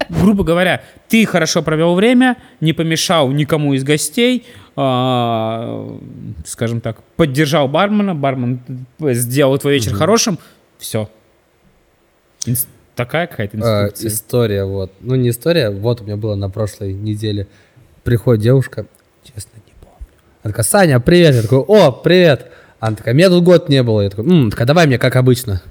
D: Грубо говоря, ты хорошо провел время, не помешал никому из гостей, а, скажем так, поддержал бармена, бармен сделал твой вечер
C: Мгм.
D: хорошим, все. Такая какая-то
C: Э,
D: инструкция.
C: история, вот. Ну, не история, вот у меня было на прошлой неделе. Приходит девушка, честно, не помню. Она такая, Саня, привет. Я такой, о, привет. Она такая, меня тут год не было. Я такой, «М, такая, давай мне, как обычно.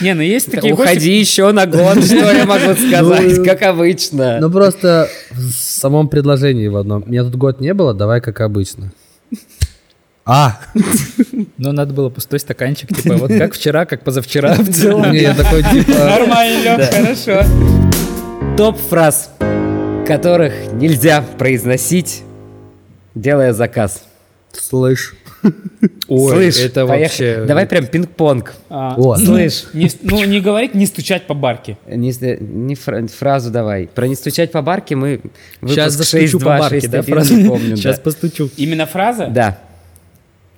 D: Не, ну есть *laughs* такие гости-
B: Уходи еще на год, что я
D: *laughs*
B: могу сказать,
C: Ну,
B: как обычно.
C: Ну, просто в самом предложении в одном. Меня тут год не было, давай, как обычно. А!
E: Ну, надо было пустой
D: *laughs*
E: стаканчик, типа, вот как вчера, как позавчера в целом.
C: *laughs* Не, я такой, типа,
D: Нормально, Лёх,
B: Да.
D: хорошо. Ну.
B: Топ фраз, которых нельзя произносить, делая заказ.
C: Слышь.
E: Ой,
B: Слышь,
E: это
B: поехали.
E: вообще-
B: Давай прям пинг-понг.
D: А,
B: Слышь.
D: не с- ну, не говорить, не стучать по барке.
B: Не, с- не фра- фразу давай. Про не стучать по барке мы
E: Сейчас
B: выпуск
E: застучу по
B: 6.2,
E: барке, да,
B: 6.1,
E: фраза?
C: *laughs*
B: не помню.
E: Сейчас
B: да.
E: постучу.
D: Именно фраза?
B: Да.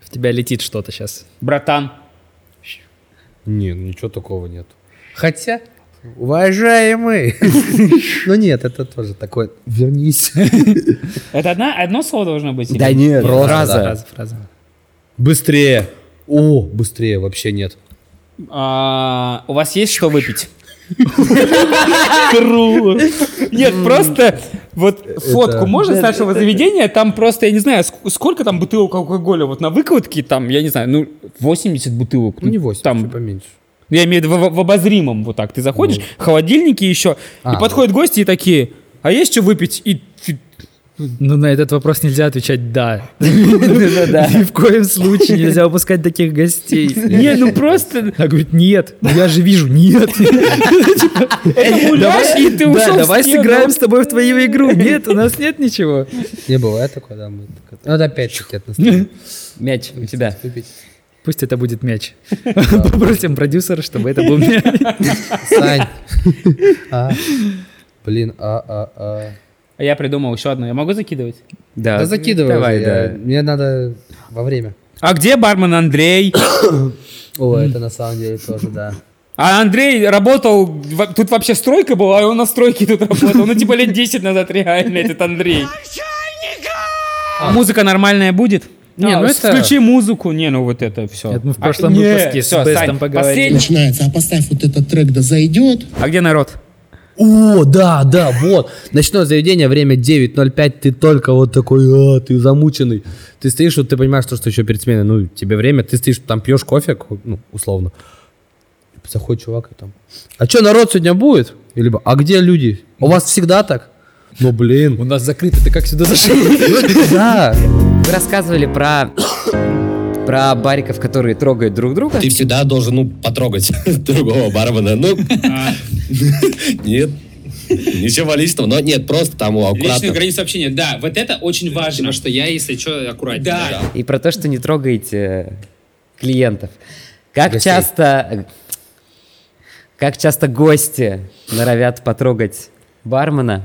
E: В тебя летит что-то сейчас.
D: Братан.
C: Не, ну ничего такого нет. Хотя, *laughs* уважаемый. Ну нет, это тоже такое, вернись.
D: Это одна, одно слово должно быть? или-
C: Да нет,
D: Или
C: просто,
D: фраза.
C: да.
D: Фраза, фраза.
C: Быстрее. О, быстрее вообще нет.
D: А, у вас есть что выпить? Круто. Нет, просто вот фотку можно с нашего заведения, там просто, я не знаю, ск- сколько там бутылок алкоголя, вот на выкладке там, я не знаю, ну 80 бутылок. Ну не 80, там, ну,
C: поменьше.
D: Я имею в виду в, в обозримом вот так. Ты заходишь, холодильники еще,
E: А,
D: и подходят гости и такие, а есть что выпить? И ты-
E: Ну, на этот вопрос нельзя отвечать
D: *laughs*
E: «да».
B: Да-да-да.
E: Ни в коем случае нельзя выпускать таких *laughs* гостей.
D: Не, ну просто...
E: Она говорит, нет, ну я же вижу,
B: *laughs*
E: нет.
D: Это гуляешь,
E: Давай-
D: и ты
E: да,
D: ушел в
E: давай
D: стену.
E: сыграем с тобой в твою игру. Нет, у нас нет ничего.
C: Не бывает такое, да. мы так- Ну, это опять-таки от настроения.
B: Мяч у тебя.
E: Пусть это будет мяч. *laughs* Попросим продюсера, чтобы это был мяч.
C: Сань. А, Блин, а, а, а.
D: А я придумал еще одну. Я могу закидывать?
B: А,
C: Да, закидывай. Давай, да. Мне надо во время.
D: А где
E: *coughs*
D: бармен Андрей?
C: О, это на самом деле тоже, да.
D: А Андрей работал, в- тут вообще стройка была, и он на стройке тут работал. Ну, типа лет 10 назад реально этот Андрей. А музыка нормальная будет? Не,
E: А,
D: ну
E: это-
D: Включи музыку. Не, ну вот это Э, все.
E: мы в прошлом выпуске с Бестом поговорили.
D: Начинается.
P: А поставь вот этот трек, да зайдет.
D: А где народ?
C: О, да, да, вот. Ночное заведение, время 9.05, ты только вот такой, а, ты замученный. Ты стоишь, вот ты понимаешь, то, что еще перед сменой, ну, тебе время, ты стоишь, там пьешь кофе, ку- ну, условно. Заходит чувак и там, а что, народ сегодня будет? И либо, а где люди? У вас всегда так? Ну, блин. У нас закрыто, ты как сюда зашел? *laughs* Да.
B: Вы рассказывали про *coughs* про бариков, которые трогают друг друга.
A: Ты всегда должен, ну, потрогать другого бармена. Ну, нет. Ничего личного, но нет, просто там
T: Личную
A: аккуратно.
T: границу общения. Да, вот это очень важно. Потому что я, если что, аккуратнее. Да.
B: И про то, что не трогаете клиентов. Как
A: Гостей.
B: часто... Как часто гости норовят потрогать бармена?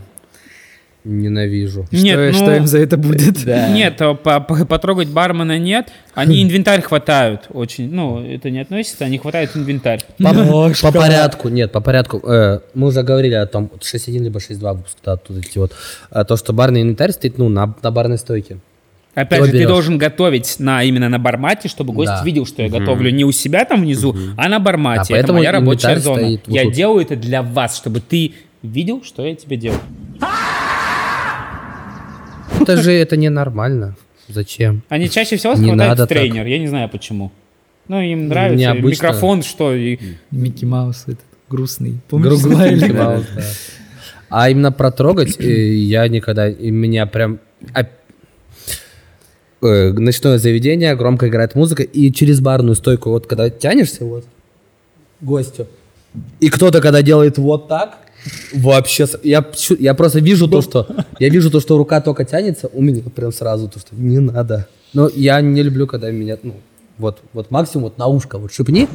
C: Ненавижу.
D: Нет, ну-
E: это будет?
D: Нет, а по- по- потрогать бармена нет. Они
C: Хм.
D: инвентарь хватают очень. Ну, это не относится, они хватают инвентарь.
C: По, по порядку, нет, по порядку. Э, мы уже говорили о том, вот 6.1 либо 6.2 выпуск, да, тут эти вот. А то, что барный инвентарь стоит, ну, на, на барной стойке.
D: Опять
C: Его
D: же, ты
C: берешь.
D: должен готовить на, именно на бармате, чтобы гость
C: Да.
D: видел, что я
C: Мгм.
D: готовлю не у себя там внизу, а на
C: А
D: бармате. это
C: поэтому
D: моя рабочая
C: инвентарь
D: зона.
C: стоит вот
D: я
C: тут.
D: делаю это для вас, чтобы ты видел, что я тебе делаю.
C: Это же это ненормально. Зачем?
D: Они чаще всего
C: Не
D: хватают
C: надо
D: в тренер, я не знаю почему. Ну, им нравится
C: Необычно.
D: микрофон, что и...
E: Микки Маус этот грустный. Помнишь,
C: Гру- грустный
E: смайлик?
C: Микки Маус, да. А именно протрогать э, я никогда... И меня прям... оп- э, Ночное заведение, громко играет музыка, и через барную стойку, вот когда тянешься, вот, гостю, и кто-то, когда делает вот так, вообще, с- я, чу- я просто вижу то, что, я вижу то, что рука только тянется, у меня прям сразу то, что не надо. Но я не люблю, когда меня, ну, вот, вот максимум вот на ушко вот шипни.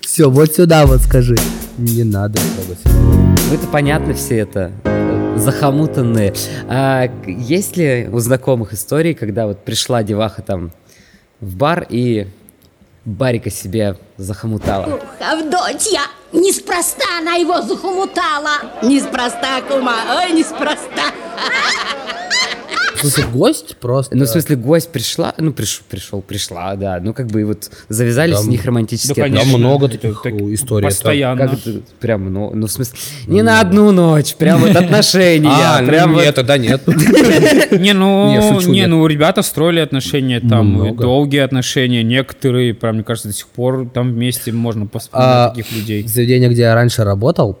C: Все, вот сюда вот скажи. Не надо трогать.
B: Вы-то понятно все это, э, захомутанные. А к- есть ли у знакомых истории, когда вот пришла деваха там в бар и барика себе захомутала?
G: Авдотья! Неспроста она его захомутала! Неспроста, кума! Ой, неспроста!
C: В смысле, гость просто?
B: Ну, в смысле, гость пришла, ну, приш- пришел, пришла, да. Ну, как бы и вот завязались
C: Да,
B: с них
D: Ну,
B: романтические
C: да,
B: отношения.
C: много таких э, историй.
B: Как это? Прям, ну, ну, в смысле, не на одну ночь, прям вот отношения.
C: А, ну,
B: прям
C: нет,
B: вот-
C: тогда нет. *laughs*
D: Не,
C: Не,
D: ну,
C: шучу,
D: не,
C: нет.
D: ну, ребята строили отношения там, и
C: Много.
D: долгие отношения, некоторые, прям, мне кажется, до сих пор там вместе можно
C: А,
D: вспоминать таких людей.
C: В заведении, где я раньше работал,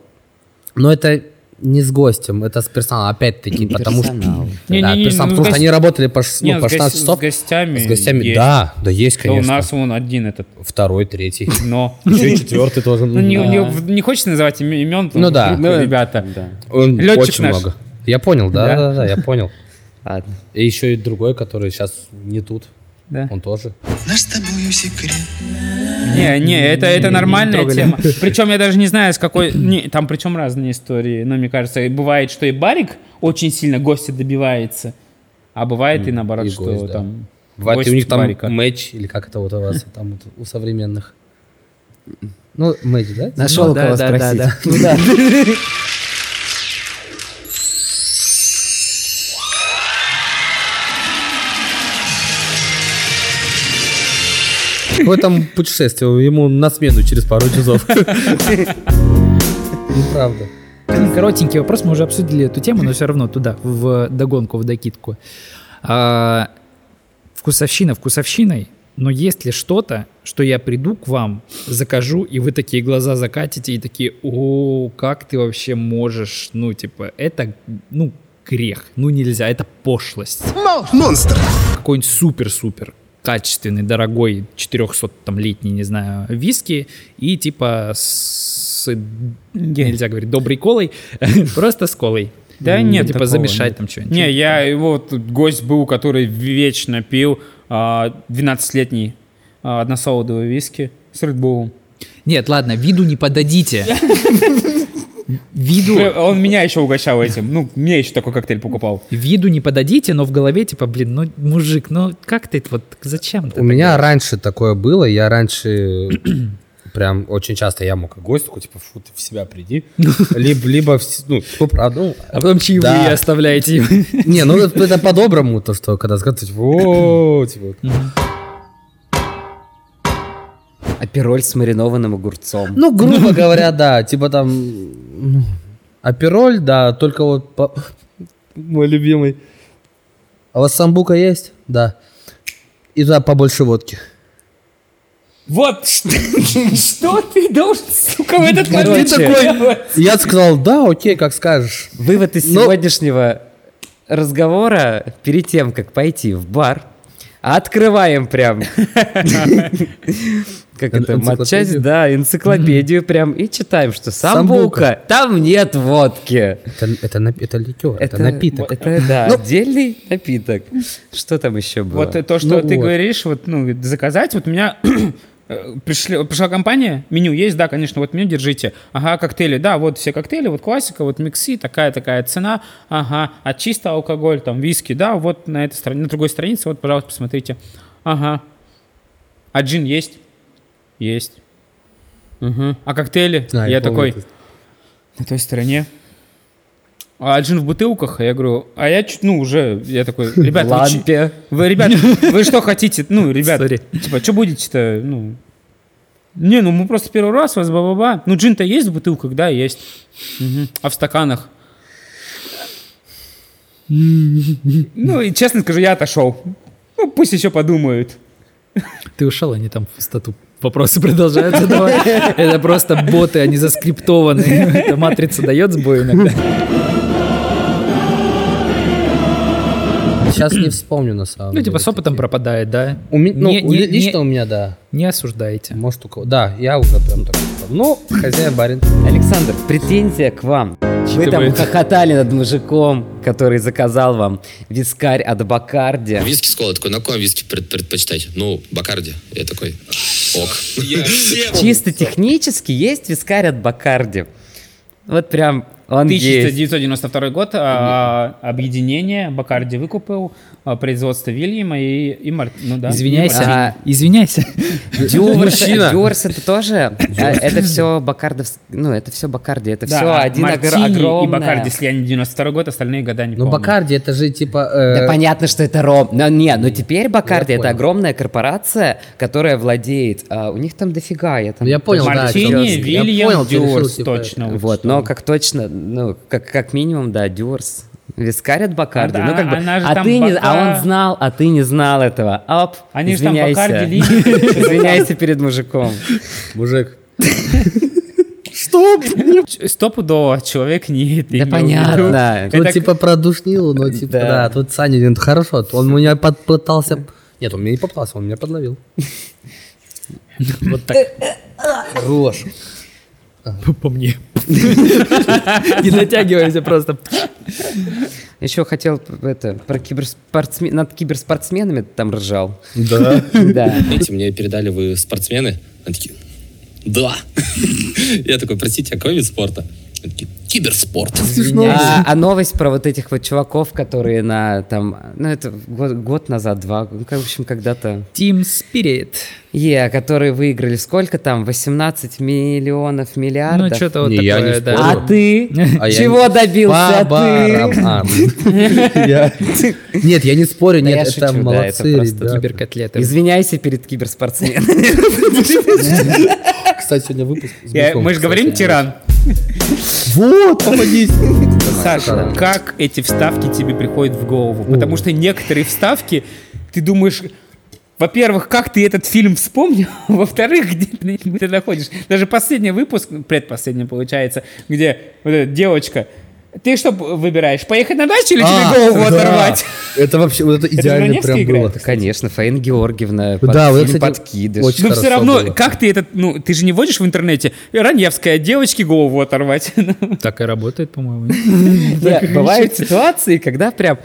C: но это не с гостем, это с персоналом, опять-таки, потому что... *laughs*
B: Персонал.
C: Да,
D: Не-не-не,
C: персонал,
D: ну,
C: потому
D: с
C: что
D: гос-
C: они работали по, ш- ну,
D: Не,
C: по
D: с гос-
C: 16 часов.
D: С гостями.
C: С гостями,
D: есть.
C: да, да есть,
D: Да у
C: конечно.
D: нас вон один этот. *laughs*
C: Второй, третий. *laughs*
D: Но.
C: Еще и четвертый тоже.
D: Ну, не,
C: Да.
D: не- не хочется называть име- имен,
C: Ну да. Ну,
D: ребята.
C: Он
D: Летчик
C: очень
D: наш.
C: много. Я понял, да,
D: Да.
C: да, да, я понял.
B: Ладно.
C: И еще и другой, который сейчас не тут. Он тоже.
V: Наш с тобою секрет.
D: Не, не, это, это
V: не
D: нормальная
V: трогали.
D: тема. Причем я даже не знаю, с какой... Не, там причем разные истории. Но мне кажется, и бывает, что и барик очень сильно гостя добивается, а бывает и наоборот, что
C: гость, да.
D: там...
C: Бывает,
D: гость
C: и у них там
D: барика.
C: матч, или как это вот у вас, там вот у современных. Ну, матч, да?
B: Нашел
C: Ну,
B: у
C: да,
B: кого
C: да,
B: спросить. *laughs*
C: да, да. Ну да. Какое там путешествие? Ему на смену через пару *laughs* часов. Ну, правда.
E: *clears throat* Коротенький вопрос, мы уже обсудили эту тему, но все равно туда, в догонку, в докидку. А, вкусовщина вкусовщиной, но есть ли что-то, что я приду к вам, закажу, и вы такие глаза закатите, и такие, о, как ты вообще можешь, ну, типа, это, ну, грех, ну, нельзя, это пошлость.
V: Монстр.
E: Какой-нибудь супер-супер качественный, дорогой, 400 там летний, не знаю, виски, и типа с, нельзя говорить, доброй колой, *laughs* просто с колой.
D: Да
E: М,
D: нет,
E: Типа
D: такого
E: замешать
D: нет.
E: там что-нибудь.
D: Не, я его вот гость был, который вечно пил а, 12-летний а, односолодовый виски с Редбулом.
E: *laughs* Нет, ладно, виду не подадите. виду...
D: Он меня еще угощал этим. Ну, мне еще такой коктейль покупал.
E: Виду не подадите, но в голове типа, блин, ну, мужик, ну, как ты вот, зачем ты?
C: У меня раньше такое было, я раньше *clears throat* прям очень часто я мог гостику, типа, фу, ты в
E: *laughs*
C: себя приди. Либо, либо, в с- ну, ну, правда, ну,
E: А потом чаевые
C: Да.
E: оставляете им. *laughs*
C: Не, ну это, это по-доброму, то, что когда скажут, типа, «О, типа.
B: Апероль А с маринованным огурцом.
E: *laughs*
C: Ну, грубо говоря, да, типа там, ну, апероль, да, только вот, по- мой любимый. А у вас самбука есть? Да. И туда побольше водки.
D: Вот что, что ты должен, сука, в этот момент
C: Ты такой,
D: делать?
C: я сказал, да, окей, как скажешь.
B: Вывод из сегодняшнего разговора перед тем, как пойти в бар, открываем прям, *laughs* как это, матчасть, да, энциклопедию прям, и читаем, что самбука, там нет водки.
C: Это, это, нап- это ликер, это, напиток.
B: Это, да,
C: Ну,
B: отдельный напиток. Что там еще было?
D: Вот э, то, что
B: Ну,
D: ты
B: вот.
D: говоришь, вот, ну, заказать, вот у меня *clears throat* э, пришли, пришла компания, меню есть, да, конечно, вот меню держите. Ага, коктейли, да, вот все коктейли, вот классика, вот миксы, такая-такая цена, ага, а чисто алкоголь, там, виски, да, вот на этой странице, на другой странице, вот, пожалуйста, посмотрите. Ага. А джин есть? Есть. Мгм. А коктейли?
C: Да,
D: я
C: я помню
D: такой,
C: это.
D: на той стороне. А джин в бутылках? А я говорю, а я чуть, ну, уже, я такой, ребят, вы чи-
B: лампе.
D: вы, ребят,
B: *laughs*
D: вы что хотите? Ну, ребят, типа, что будете-то? Ну, не, ну мы просто первый раз вас, ба-ба-ба. Ну, джин-то есть в бутылках? Да, есть. Мгм. А в стаканах? Ну, и честно скажу, я отошел. Ну, пусть еще подумают.
E: Ты ушел, они там в стату вопросы продолжают задавать. Это просто боты, они заскриптованные. Эта матрица дает сбой иногда.
C: Сейчас не вспомню на самом
E: Ну,
C: деле.
E: типа с опытом пропадает, да?
C: У ми- ну,
E: Не-
C: у-
E: не-
C: лично
E: не-
C: у меня, да.
E: Не осуждаете.
C: Может, у кого... Да, я уже прям такой. типа, Ну, хозяин барин.
B: Александр, претензия к вам. Вы там
C: Учитывает.
B: хохотали над мужиком, который заказал вам вискарь от Бакарди.
H: Виски с колой такой, на каком виски пред- предпочитать? Ну, Бакарди. Я такой, ок.
B: Чисто технически есть вискарь от Бакарди. Вот прям он есть.
D: 1992 год, а, объединение, Бакарди выкупил, а, производство Вильяма и, и Мар- Ну, да.
E: Извиняйся.
B: А,
E: Извиняйся.
B: Дюрс, Дюрс это тоже, э, это все Бакардовс, ну это все Бакарди, это
D: Да, а
B: все один огр-
D: Мартини и
B: огромное.
D: Бакарди, если я не 92 год, остальные года не
B: Ну,
D: помню.
C: Бакарди, это же типа...
B: Да понятно, что это ром. Но не, но теперь Бакарди это огромная корпорация, которая владеет. а, у них там дофига. Я, там
C: Я понял, да,
B: тоже-
C: о чём ты. Я Вильям понял, ты решил,
D: Дюрс, типа, точно,
B: Вот, но как точно, ну, как, как минимум, да, Дюрс. Вискарь от Бакарди.
D: Она-
B: ну, как бы,
D: она же
B: а,
D: там
B: ты не,
D: Бака-
B: а он знал, а ты не знал этого. Оп,
D: Они же там
B: извиняйся.
D: Бакарди лили.
B: *laughs* Извиняйся перед мужиком.
C: Мужик.
D: Что? Ну, Стопудово человек не это имел в виду.
B: понятно.
C: Тут
D: Это
C: типа продушнило, но типа, да. тут Саня, говорит, хорошо, он меня подпытался... Нет, он меня не попытался, он меня подловил. Вот так. Хорош.
E: По мне.
D: *laughs*
E: Не натягивайся просто.
B: Еще хотел это, про киберспортсме- над киберспортсменами ты там ржал.
C: *laughs*
H: Да?
D: *laughs*
B: Да.
H: Эти мне передали, вы спортсмены? Они такие, да. Я такой, простите, а какой вид спорта? Они такие, киберспорт.
B: А, а новость про вот этих вот чуваков, которые на там, ну это год, год назад, два, ну, как, в общем, когда-то.
E: Team Spirit.
B: Е, которые выиграли сколько там? 18 миллионов миллиардов?
E: Ну, чё-то вот Не, я такое, не да. спорю.
B: А ты?
C: А я
B: Чего
C: не-
B: добился
C: По барабану. *laughs*
B: ты?
C: Я- Нет, я не спорю,
B: Да я
C: нет,
B: шучу,
C: это
B: да,
C: молодцы,
B: это просто
C: ребята.
E: Киберкотлеты.
B: Извиняйся
C: *laughs*
B: перед киберспортсменами.
C: Кстати, сегодня выпуск с
D: Я-
C: Бычковым,
D: мы же говорим
C: кстати.
D: тиран.
C: Вот, помогись.
D: Саша, как эти вставки тебе приходят в голову? Потому что некоторые вставки, ты думаешь, во-первых, как ты этот фильм вспомнил, *laughs* во-вторых, где ты, ты находишь. Даже последний выпуск, предпоследний получается, где вот эта девочка, ты что б- выбираешь, поехать на дачу или
C: А,
D: тебе голову
C: да.
D: оторвать?
C: Это вообще, вот это
D: же
C: идеально
D: Раневский
C: прям
D: играет,
C: было.
B: Конечно, Фаина Георгиевна, под
C: Да, вот,
B: фильм
C: кстати,
B: подкидыш.
C: очень
D: Но все равно,
C: было.
D: как ты этот, ну, ты же не вводишь в интернете Раневская, девочке голову оторвать. *laughs* Ну,
E: Так и работает, по-моему.
B: Не, Бывают ситуации, когда прям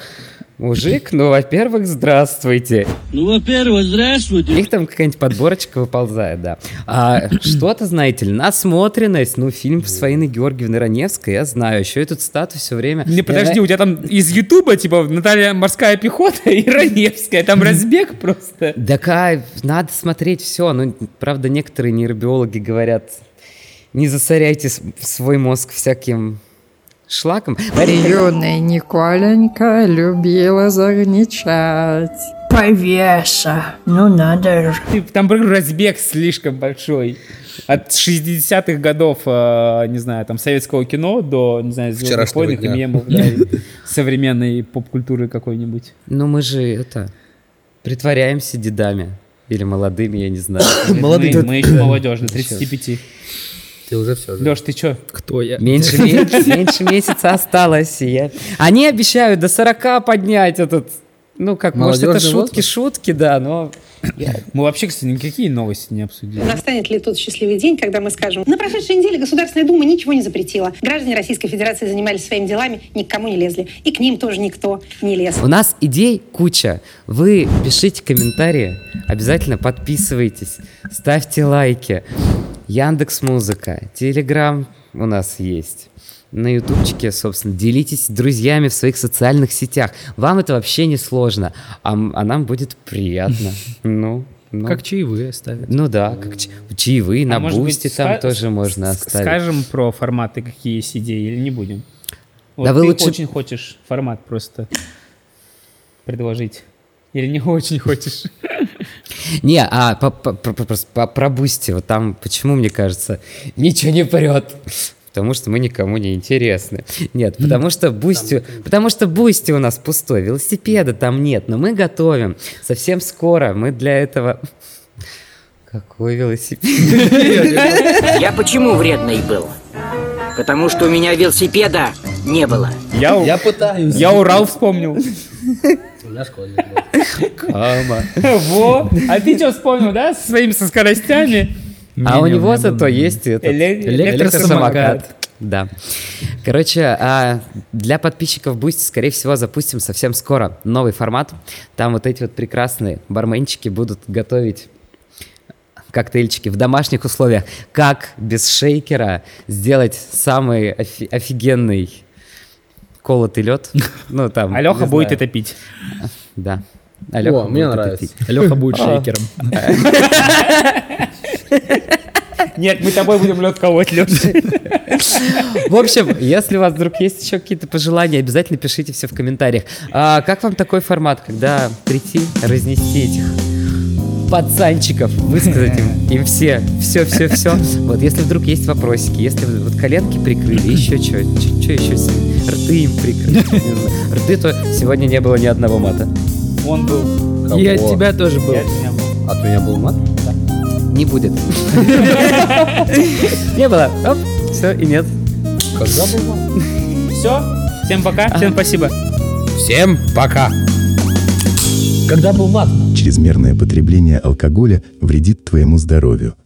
B: Мужик, ну, во-первых, здравствуйте.
I: Ну, во-первых, здравствуйте.
B: У них там какая-нибудь подборочка выползает, да. А что-то, знаете ли, насмотренность, ну, фильм с Фаиной Георгиевной Раневской, я знаю, еще этот статус все время...
D: Не, подожди, у тебя там из Ютуба, типа, Наталья Морская пехота *laughs* и Раневская, там разбег просто.
B: Да кайф, надо смотреть все, ну, правда, некоторые нейробиологи говорят, не засоряйте с- свой мозг всяким шлаком.
K: Юный Николенька любила загничать. Повеша, ну надо же.
D: Ты- Там прыг- разбег слишком большой. От 60-х годов, э, не знаю, там, советского кино до, не знаю, «Звездных
C: Вчерашнего
D: войн» и
C: дня.
D: мемов, да, и *laughs* современной поп-культуры какой-нибудь.
B: Ну мы же это притворяемся дедами или молодыми, я не знаю.
D: Мы, мы еще молодежь, до 35.
C: Ты уже все.
D: Леш, ты че?
E: Кто я?
B: Меньше, ме- меньше месяца осталось. и я- Они обещают до 40 поднять этот... Ну как, может, это
D: Молодежный
B: шутки, шутки, да, но...
D: Мы вообще, кстати, никакие новости не обсудили.
W: Настанет ли тот счастливый день, когда мы скажем, на прошедшей неделе Государственная Дума ничего не запретила. Граждане Российской Федерации занимались своими делами, никому не лезли. И к ним тоже никто не лез.
B: У нас идей куча. Вы пишите комментарии, обязательно подписывайтесь, ставьте лайки. Яндекс Музыка, Телеграм у нас есть. На ютубчике, собственно, делитесь с друзьями в своих социальных сетях. Вам это вообще не сложно, а, м- а нам будет
D: *laughs*
B: приятно. Ну, ну.
E: Как чаевые оставить.
B: Ну да, как ч- чаевые на
D: А может быть,
B: бусте там
D: ска-
B: тоже
D: с-
B: можно
D: с-
B: оставить.
D: Скажем про форматы, какие есть идеи, или не будем? Вот
B: Да
D: ты
B: вы лучше-
D: очень хочешь формат просто предложить. Или не очень хочешь.
B: Не, а по- по- про- про- просто по- про Бусти, вот там, почему, мне кажется, ничего не прет. Потому что мы никому не интересны. Нет, потому что Бусти, потому что Бусти у нас пустой, велосипеда там нет, но мы готовим. Совсем скоро мы для этого... Какой велосипед?
X: Я почему вредный был? Потому что у меня велосипеда не было.
D: Я, у-
X: пытаюсь.
D: Я Урал вспомнил.
B: Кама.
D: *laughs* Во! А ты что вспомнил, да? Со своими со скоростями?
B: А у него зато есть этот
D: Эле-
B: электросамокат. Да. Короче, а, для подписчиков Boosty, скорее всего, запустим совсем скоро новый формат. Там вот эти вот прекрасные барменчики будут готовить коктейльчики в домашних условиях. Как без шейкера сделать самый офи- офигенный
D: *laughs*
B: колотый лед? Ну, там,
D: А Леха
B: не
D: будет
B: знаю.
D: это пить.
B: Да. А Леха
D: О, мне
B: будет это
D: нравится.
B: пить.
D: Леха будет
B: А.
D: шейкером. Нет, мы тобой будем лед колоть, Леша.
B: В общем, если у вас вдруг есть еще какие-то пожелания, обязательно пишите все в комментариях. А как вам такой формат, когда прийти, разнести этих пацанчиков, высказать им, им все, все, все, все. Вот если вдруг есть вопросики, если вы вот коленки прикрыли, еще что, что еще, с- рты им прикрыли, не знаю. рты, то сегодня не было ни одного мата.
D: Он был.
E: И от тебя тоже был.
D: Я от тебя был.
C: От меня был мат?
B: Не будет. *laughs* Не было. Оп, все, и нет.
C: Когда был
D: Все. Всем пока. Всем спасибо.
C: Всем пока. Когда был мат?
Y: Чрезмерное потребление алкоголя вредит твоему здоровью.